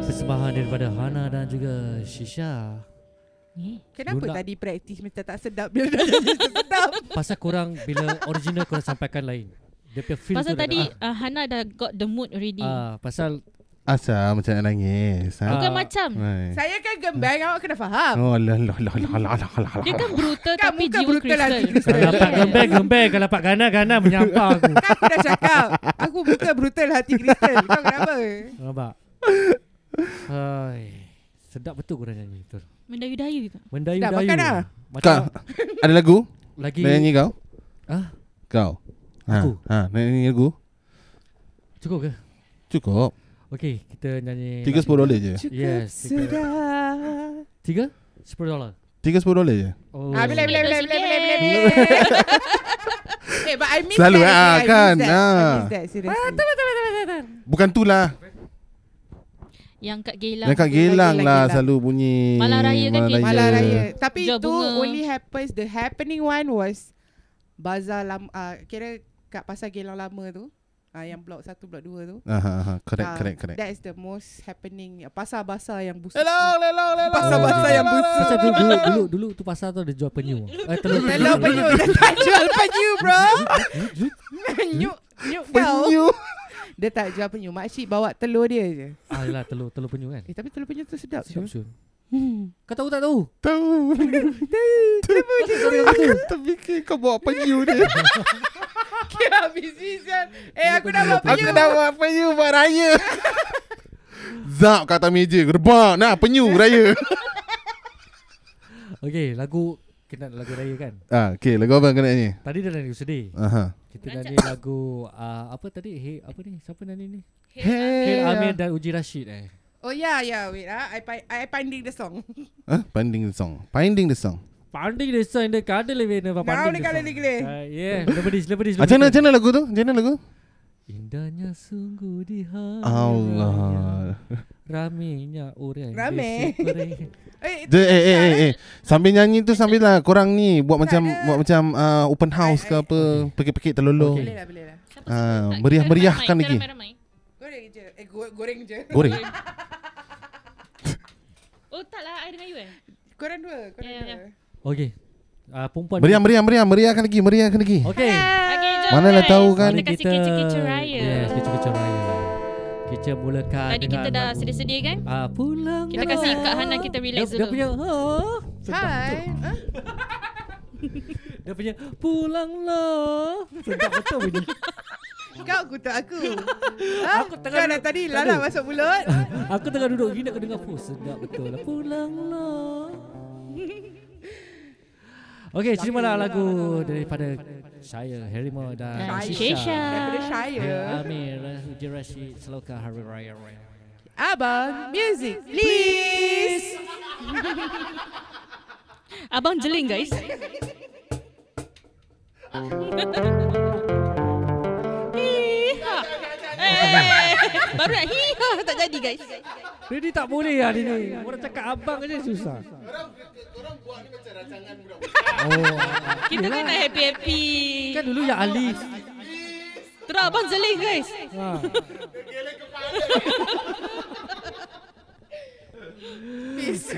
Speaker 2: Persembahan daripada Hana dan juga Shisha
Speaker 3: Eh,
Speaker 1: Kenapa
Speaker 2: Lunak.
Speaker 1: tadi praktis macam tak sedap bila dah jadi sedap?
Speaker 2: Pasal korang bila original korang sampaikan lain Dia punya feel tu
Speaker 3: pasal tadi uh, Hana dah got the mood already.
Speaker 2: ah, ah, Pasal
Speaker 4: Asal macam nak nangis ha?
Speaker 3: Bukan
Speaker 2: ah.
Speaker 3: macam
Speaker 4: Hai.
Speaker 1: Saya kan gembang awak kena faham.
Speaker 4: Oh lah lah lah lah lah lah lah
Speaker 3: dia kan brutal
Speaker 1: Kan
Speaker 3: tapi
Speaker 1: muka
Speaker 3: jiwa
Speaker 1: brutal
Speaker 3: kristal.
Speaker 1: hati kristal.
Speaker 2: kalau pak gembel gembel Kalau pak gana gana menyampah aku
Speaker 1: Kan aku dah cakap Aku bukan brutal hati kristal Kau kenapa?
Speaker 2: Nampak Hai. Sedap betul korang nyanyi betul
Speaker 3: Mendaya-daya tu.
Speaker 2: Mendayu-dayu
Speaker 1: Sedap makan lah.
Speaker 2: Macam
Speaker 4: Kau Ada lagu?
Speaker 2: lagi
Speaker 4: Nak nyanyi kau?
Speaker 2: ah,
Speaker 4: Kau ha.
Speaker 2: Aku?
Speaker 4: ha. Nak nyanyi lagu?
Speaker 2: Cukup ke?
Speaker 4: Cukup
Speaker 2: Okay kita nyanyi
Speaker 4: Tiga sepuluh dolar je
Speaker 2: Yes tiga-
Speaker 1: Sedap
Speaker 2: Tiga? Sepuluh dolar
Speaker 4: Tiga sepuluh dolar je
Speaker 2: Oh.
Speaker 1: Ah, bila, bila, bila, bila, bila, bila, bila. <laughs> Eh, but I miss
Speaker 4: Selalu,
Speaker 1: that.
Speaker 4: ah,
Speaker 1: actually. I
Speaker 4: kan,
Speaker 1: miss that. I
Speaker 4: ah.
Speaker 1: miss that, seriously.
Speaker 4: Bukan tu lah
Speaker 3: Yang kat Geylang.
Speaker 4: Yang kat
Speaker 1: Gelang,
Speaker 4: Gelang
Speaker 1: gelang,
Speaker 4: lah
Speaker 1: gelang.
Speaker 4: Selalu bunyi
Speaker 3: Malam raya kan, Kek?
Speaker 1: Malam raya. Tapi
Speaker 3: Jual
Speaker 1: itu
Speaker 3: bunga.
Speaker 1: only happens. The happening one was Bazar lama. ah, kira kat Pasar Geylang Lama tu. ah, yang blok 1, blok 2 tu.
Speaker 4: Aha, aha. Correct,
Speaker 1: Ah,
Speaker 4: correct, correct
Speaker 1: That's the most happening. Pasar-pasar yang busuk.
Speaker 4: Hello, hello, hello
Speaker 5: Ah,
Speaker 1: Pasar-pasar yang busuk.
Speaker 2: Pasal dulu, dulu, dulu, dulu tu pasar tu ada jual penyu. Eh, telur.
Speaker 1: Hello, penyu. Dia tak jual penyu, <laughs> bro. Penyu. Penyu kau.
Speaker 4: Penyu
Speaker 1: Dia tak jual penyu. Makcik bawa telur dia je.
Speaker 2: Ah, yalah, telur, telur penyu kan.
Speaker 1: Eh, tapi telur penyu tu sedap.
Speaker 2: Siap,
Speaker 1: <laughs> tu.
Speaker 2: siap.
Speaker 1: Hmm.
Speaker 2: Kau tahu tak tahu?
Speaker 4: Tahu Aku terfikir kau bawa penyu ni
Speaker 1: Kira busy, Zan. Eh, aku dah bawa penyu.
Speaker 4: Aku dah bawa penyu buat raya Zap kat atas meja Gerbak Nah penyu raya
Speaker 2: Okey, lagu kena lagu raya kan.
Speaker 4: ah, Okay lagu apa kau nak nyanyi
Speaker 2: Tadi dah lagu sedih.
Speaker 4: Aha.
Speaker 2: Kita
Speaker 3: Rancak.
Speaker 2: nyanyi lagu ah, apa tadi? Hey, apa ni? Siapa nyanyi ni?
Speaker 4: Hey,
Speaker 2: Hey Amir dan Uji Rashid eh.
Speaker 1: Oh, yeah, yeah. Wait, ah. I, fi- I finding the song. <laughs>
Speaker 4: Huh? Finding the song Finding the song
Speaker 2: Pandai dia sang dia kada lebih nak
Speaker 1: Now
Speaker 2: pandai.
Speaker 1: dia kada lagi.
Speaker 2: Ya, lebih lebih.
Speaker 4: Ah, Macam mana, macam mana lagu tu? Macam mana lagu?
Speaker 2: Indahnya sungguh di hari
Speaker 4: Oh,
Speaker 2: raya.
Speaker 4: Allah
Speaker 2: Ramainya orang
Speaker 1: Ramai.
Speaker 2: berseberai.
Speaker 1: Eh,
Speaker 4: Dia, eh, eh, eh, eh. Sambil nyanyi tu sambil lah korang ni buat macam
Speaker 1: ada.
Speaker 4: buat macam uh, open house ke apa, pekik-pekik telolong.
Speaker 1: boleh lah, boleh lah.
Speaker 3: Siapa
Speaker 4: Ah,
Speaker 3: suruh tak?
Speaker 4: meriah-meriahkan
Speaker 3: Kita
Speaker 4: lagi.
Speaker 3: ramai-ramai.
Speaker 1: Goreng je. Eh, go- goreng je. <laughs>
Speaker 4: Goreng.
Speaker 3: Oh tak lah, I dengan you eh?
Speaker 1: Korang dua, korang
Speaker 3: Ya, ya,
Speaker 1: dua.
Speaker 2: Okey. Ah perempuan
Speaker 4: Meriah, meriah, meriah, meriahkan lagi, meriahkan lagi.
Speaker 2: Okey.
Speaker 1: Ah.
Speaker 3: Okay, jom
Speaker 4: Mana lah
Speaker 3: guys.
Speaker 4: tahu kan.
Speaker 3: Kita kasih kecil-kecil raya.
Speaker 2: Yes, kecoh-kecoh raya. Kita mulakan
Speaker 3: Tadi kita
Speaker 2: dengan
Speaker 3: dah
Speaker 2: lagu-
Speaker 3: sedih-sedih kan?
Speaker 2: Ah, pulang.
Speaker 3: Kita
Speaker 2: lah.
Speaker 3: kasih Kak Hana kita
Speaker 2: dia,
Speaker 3: relax dulu.
Speaker 2: Dia punya ah,
Speaker 1: Hai. Ah,
Speaker 2: dia punya pulanglah. Sedap betul bunyi.
Speaker 1: Kau kutuk
Speaker 2: <laughs>
Speaker 1: aku.
Speaker 2: Aku
Speaker 1: Ah, aku
Speaker 2: tengah-
Speaker 1: tengah dah tadi
Speaker 2: tak
Speaker 1: lala
Speaker 2: ada.
Speaker 1: masuk mulut.
Speaker 2: <laughs> Aku tengah duduk gini aku dengar pun sedap betul lah. Pulanglah. Okey, lah. terimalah lagu daripada saya Herima dan
Speaker 3: Dan
Speaker 2: Shisha.
Speaker 3: Shisha.
Speaker 1: Daripada
Speaker 2: Ya.
Speaker 1: saya.
Speaker 2: Amir Razi Rashid Seloka Hari Raya Raya.
Speaker 1: Abang, music, please.
Speaker 3: Abang jeling
Speaker 1: <laughs>
Speaker 3: guys. Hiha. Eh, baru nak hiha tak jadi guys.
Speaker 2: Dia ni tak boleh lah dia ni. Orang cakap abang je susah. Oh,
Speaker 3: Kita kan nak happy-happy.
Speaker 2: kan dulu ya Ali.
Speaker 3: Terus abang jeling guys.
Speaker 2: Ha.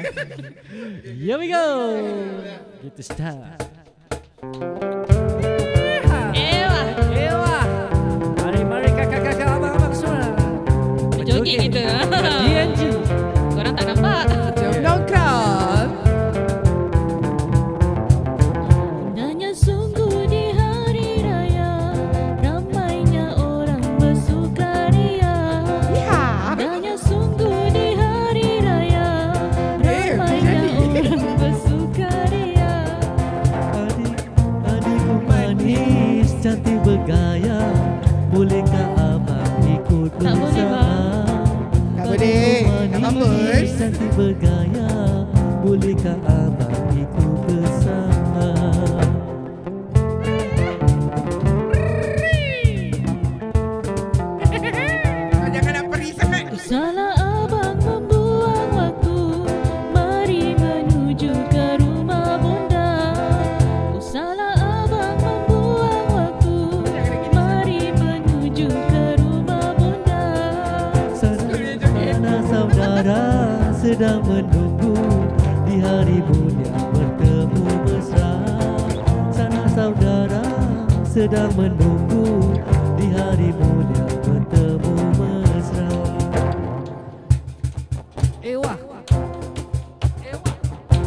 Speaker 2: Here we go. Get the start.
Speaker 3: Eh lah.
Speaker 2: Ewa. Mari mari kakak-kakak abang-abang semua.
Speaker 3: Joget kita.
Speaker 2: DNG.
Speaker 3: Korang tak nampak.
Speaker 2: Ya.
Speaker 1: Jom nongkrong.
Speaker 3: Indahnya sungguh di hari raya Ramainya orang bersukaria
Speaker 1: Iha.
Speaker 3: Indahnya sungguh di hari raya Ramainya
Speaker 1: Eh,
Speaker 3: orang bersukaria
Speaker 2: Adik, adikku manis, cantik bergaya. Bolehkah abang ikut
Speaker 3: Tak boleh,
Speaker 1: Tak boleh. Tak apa.
Speaker 2: Cantik bergaya. Bolehkah abang ikut bersama?
Speaker 1: Kau jangan nak perih sangat.
Speaker 3: Salah abang membuang waktu Mari menuju ke rumah bunda Salah abang membuang waktu Mari menuju ke rumah bunda
Speaker 2: Sana, mana saudara? sedang menunggu di hari mulia bertemu mesra sana saudara sedang menunggu di hari mulia bertemu mesra Ewa Ewa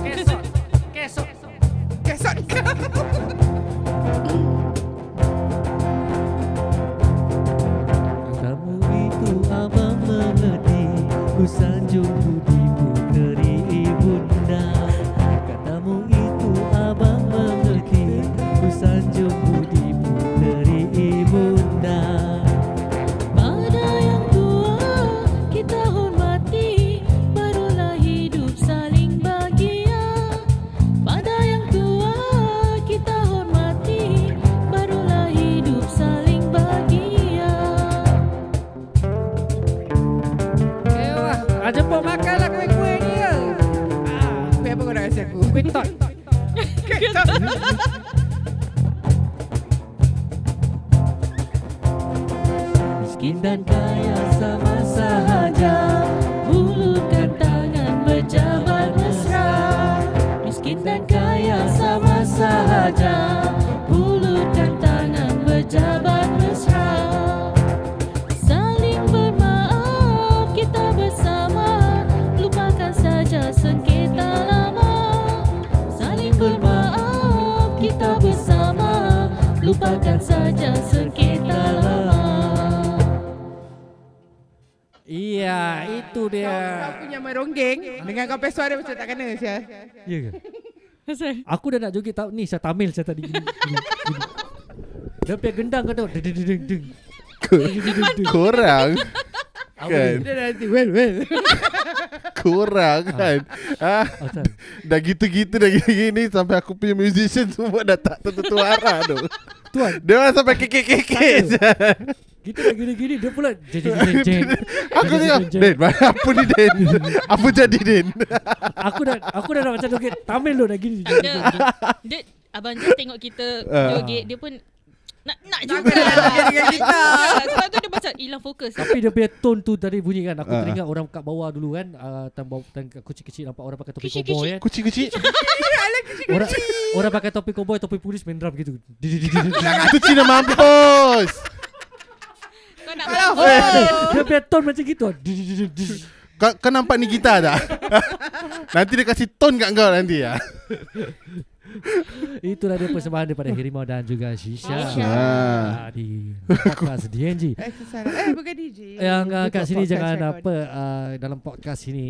Speaker 2: Kesot Kesot
Speaker 1: Kesot kau
Speaker 2: Kamu itu amat mengerti Ku sanjung budi puteri ibunda Katamu itu abang mengerti Ku sanjung budi puteri ibunda
Speaker 6: Pada yang tua kita hormati Barulah hidup saling bahagia Pada yang tua kita hormati Barulah hidup saling bahagia
Speaker 2: Ewa, ada pun lah makanlah kue-kue dia
Speaker 1: apa kau nak kasi aku? Ah. Kuih tot
Speaker 2: Miskin dan kaya sama sahaja
Speaker 6: Sahaja hulurkan tangan berjabat mesra Miskin dan kaya sama sahaja Hulurkan tangan berjabat mesra Saling bermaaf kita bersama Lupakan saja sengketa lama Saling bermaaf kita bersama Lupakan saja sengketa lama
Speaker 2: Iya, itu
Speaker 1: Kau punya meronggeng Dengan kau punya suara macam tak kena Syah
Speaker 2: Ya ke?
Speaker 3: Pasal
Speaker 2: Aku dah nak joget tak ni saya Tamil saya <laughs> tadi. Gini, gini, gini. Dia punya gendang kau tengok. Deng deng deng deng.
Speaker 4: Korang
Speaker 2: Apa
Speaker 4: Kan.
Speaker 2: ni?
Speaker 1: Dia nanti well well
Speaker 4: Korang kan ah.
Speaker 2: Oh, tak.
Speaker 4: Dah gitu-gitu Dah gini-gini Sampai aku punya musician Semua dah tak tertentu arah tu <laughs>
Speaker 2: Tuan.
Speaker 4: Dia orang sampai kekek-kekek
Speaker 2: Tak
Speaker 4: je
Speaker 2: Kita dah gini-gini dia pula jeng jeng jeng jeng.
Speaker 4: Aku
Speaker 2: Jeng,
Speaker 4: cakap
Speaker 2: jeng, jeng.
Speaker 4: Din apa ni Din <laughs> Apa jadi Din
Speaker 2: Aku dah aku dah nak macam joget Tamil tu dah gini. jeng, jeng,
Speaker 3: dia,
Speaker 2: jeng.
Speaker 3: dia Abang Jun tengok kita
Speaker 4: Ah.
Speaker 3: joget Dia pun nak nak
Speaker 1: Takkan
Speaker 3: juga
Speaker 1: nak joget dengan kita.
Speaker 3: Tak, Sebab tu dia macam hilang fokus lah."
Speaker 2: Tapi dia punya tone tu tadi bunyi kan Aku
Speaker 4: Ah.
Speaker 2: teringat orang kat bawah dulu kan uh, Tambah aku kecil-kecil nampak orang pakai topi
Speaker 3: Kecil-kecil.
Speaker 2: cowboy kan
Speaker 4: Kucing-kucing
Speaker 2: Orang orang pakai topi cowboy, topi polis main drum gitu Di- di- di- di- di.
Speaker 4: Aku Cina mampus
Speaker 3: Kau nak
Speaker 1: Alah,
Speaker 3: mampus.
Speaker 2: Dia punya tone macam gitu Di- di- di- di- di.
Speaker 4: kau, kau nampak ni gitar tak <laughs> Nanti dia kasih tone kat kau nanti ya.
Speaker 2: Itulah dia persembahan daripada Hirimau dan juga Shisha.
Speaker 3: Shisha.
Speaker 2: Ah, Di podcast DNG.
Speaker 1: Eh susah lah. Eh bukan DJ
Speaker 2: Yang uh, kat
Speaker 1: Dia buat
Speaker 2: sini
Speaker 1: podcast
Speaker 2: jangan
Speaker 1: record.
Speaker 2: apa uh, dalam podcast ini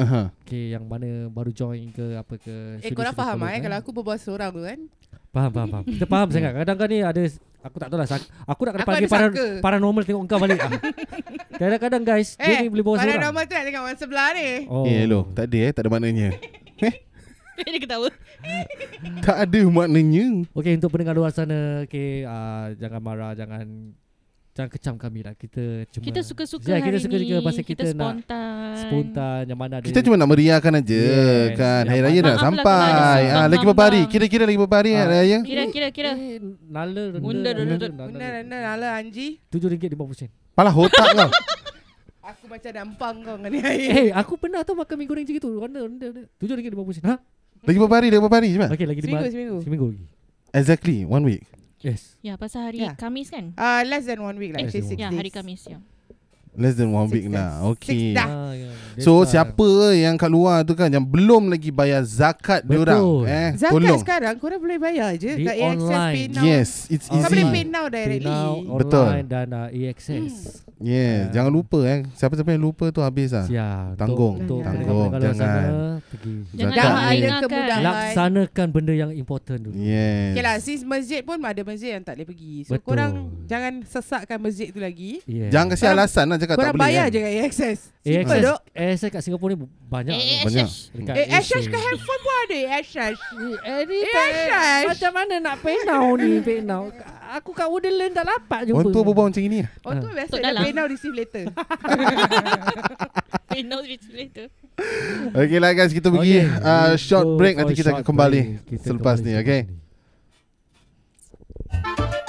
Speaker 4: Aha.
Speaker 2: okay, yang mana baru join ke apa ke.
Speaker 1: Eh
Speaker 2: sudi-
Speaker 1: korang
Speaker 2: sudi
Speaker 1: faham
Speaker 2: follow kan?
Speaker 1: eh Kalau aku berbual seorang tu kan
Speaker 2: Faham, faham, faham. Kita
Speaker 1: <laughs>
Speaker 2: faham sangat. Kadang-kadang ni ada Aku tak tahu lah sak- Aku nak kena
Speaker 1: Aku
Speaker 2: panggil
Speaker 1: ada
Speaker 2: para,
Speaker 1: saka.
Speaker 2: paranormal tengok engkau
Speaker 1: <laughs>
Speaker 2: balik ah. Kadang-kadang guys Dia
Speaker 1: Eh
Speaker 2: ni boleh bawa seorang
Speaker 1: Paranormal tu nak tengok orang sebelah ni
Speaker 2: oh.
Speaker 4: Eh hello Tak ada eh Tak ada maknanya
Speaker 3: <laughs>
Speaker 4: <laughs>
Speaker 3: Dia ketawa
Speaker 4: Tak ada maknanya
Speaker 2: Okay untuk pendengar luar sana okay, uh, Jangan marah Jangan Jangan kecam kami lah Kita cuma
Speaker 3: Kita suka-suka
Speaker 2: Ya,
Speaker 3: hari
Speaker 2: kita suka-suka
Speaker 3: ni.
Speaker 2: pasal kita nak
Speaker 3: spontan
Speaker 2: spontan yang mana ada
Speaker 4: Kita cuma nak meriahkan aja
Speaker 2: Yes.
Speaker 4: kan. Hari
Speaker 3: Maaf lah
Speaker 4: Raya dah
Speaker 3: kalau
Speaker 4: sampai.
Speaker 3: ada
Speaker 4: Ah,
Speaker 3: sumbang
Speaker 4: lagi beberapa hari?
Speaker 3: bang.
Speaker 4: Kira-kira lagi beberapa hari
Speaker 2: Ah.
Speaker 4: Hari Raya?
Speaker 3: Kira kira kira
Speaker 2: Eh, nala rendah
Speaker 3: Unda, rendah, rendah.
Speaker 1: Bunda Nanda Nala Anji
Speaker 2: Tujuh ringgit lima puluh sen
Speaker 4: Palah otak
Speaker 1: <laughs>
Speaker 4: kau.
Speaker 1: Aku macam dah empang kau dengan ni air
Speaker 2: Eh aku pernah tau makan mie goreng macam gitu Rendah rendah rendah. Tujuh ringgit lima puluh sen Ha?
Speaker 4: Lagi beberapa hari? Lagi beberapa hari Jimat?
Speaker 2: Okay lagi lima
Speaker 1: Seminggu seminggu
Speaker 2: Seminggu lagi
Speaker 4: Exactly. One week.
Speaker 2: Yes
Speaker 3: Ya pasal hari
Speaker 1: Ya.
Speaker 3: Kamis kan
Speaker 1: Ah, Less than one week lah
Speaker 2: Less
Speaker 1: Actually
Speaker 2: than
Speaker 1: six
Speaker 3: Ya
Speaker 1: days
Speaker 3: hari Kamis ya.
Speaker 4: Less than one
Speaker 1: Six
Speaker 4: week lah.
Speaker 1: days. Six
Speaker 4: Okay.
Speaker 1: dah.
Speaker 2: Ah, ya. That's
Speaker 4: So
Speaker 2: why.
Speaker 4: siapa yang kat luar tu kan yang belum lagi bayar zakat
Speaker 2: Betul.
Speaker 4: diorang eh
Speaker 1: Zakat
Speaker 4: tolong.
Speaker 1: sekarang korang boleh bayar je
Speaker 2: Di
Speaker 1: Kat AXS
Speaker 2: online.
Speaker 1: PayNow
Speaker 4: Yes, it's
Speaker 2: Kau
Speaker 1: Kau boleh
Speaker 4: easy.
Speaker 2: pay-
Speaker 1: PayNow directly
Speaker 2: Now
Speaker 4: Betul.
Speaker 2: online dan uh,
Speaker 1: Hmm.
Speaker 2: AXS Ah.
Speaker 4: Yes, jangan lupa eh. Siapa-siapa yang lupa tu habis lah.
Speaker 2: Siap
Speaker 4: Tanggung,
Speaker 2: Untuk
Speaker 1: tanggung,
Speaker 2: pendengar-pendengar luar sana,
Speaker 4: jangan.
Speaker 2: Pergi
Speaker 3: ya. Jangan
Speaker 4: Zakat
Speaker 3: dah
Speaker 4: ni.
Speaker 1: Ada
Speaker 3: aingkan.
Speaker 1: kemudahan.
Speaker 2: Laksanakan benda yang important dulu
Speaker 4: Yes.
Speaker 1: Okay lah Since masjid pun Ada masjid yang tak boleh pergi So
Speaker 2: Betul.
Speaker 1: Betul. korang Jangan sesakkan masjid tu lagi
Speaker 2: yeah.
Speaker 4: Jangan kasi
Speaker 1: Korang-
Speaker 4: alasan lah cakap tak
Speaker 1: Korang
Speaker 4: boleh.
Speaker 1: bayar
Speaker 4: kan.
Speaker 1: je kat AXS Simple
Speaker 2: AXS
Speaker 1: dok
Speaker 2: AXS kat Singapura ni banyak
Speaker 3: Eh, eh,
Speaker 4: Banyak.
Speaker 2: Dekat
Speaker 1: Eh, Ashash ke handphone pun ada Ashash Eh,
Speaker 2: Anytime Eh, Macam mana nak penau ni penau Aku kat Woodland tak dapat jumpa
Speaker 4: Orang tua berbual macam ini ah.
Speaker 1: Oh tu biasa
Speaker 3: Tok
Speaker 1: Dah
Speaker 3: dalam.
Speaker 1: PayNow receive later
Speaker 3: <laughs> Pay now reach later.
Speaker 4: Okay lah guys Kita pergi okay. uh, Short break Nanti kita akan kembali Selepas ni okay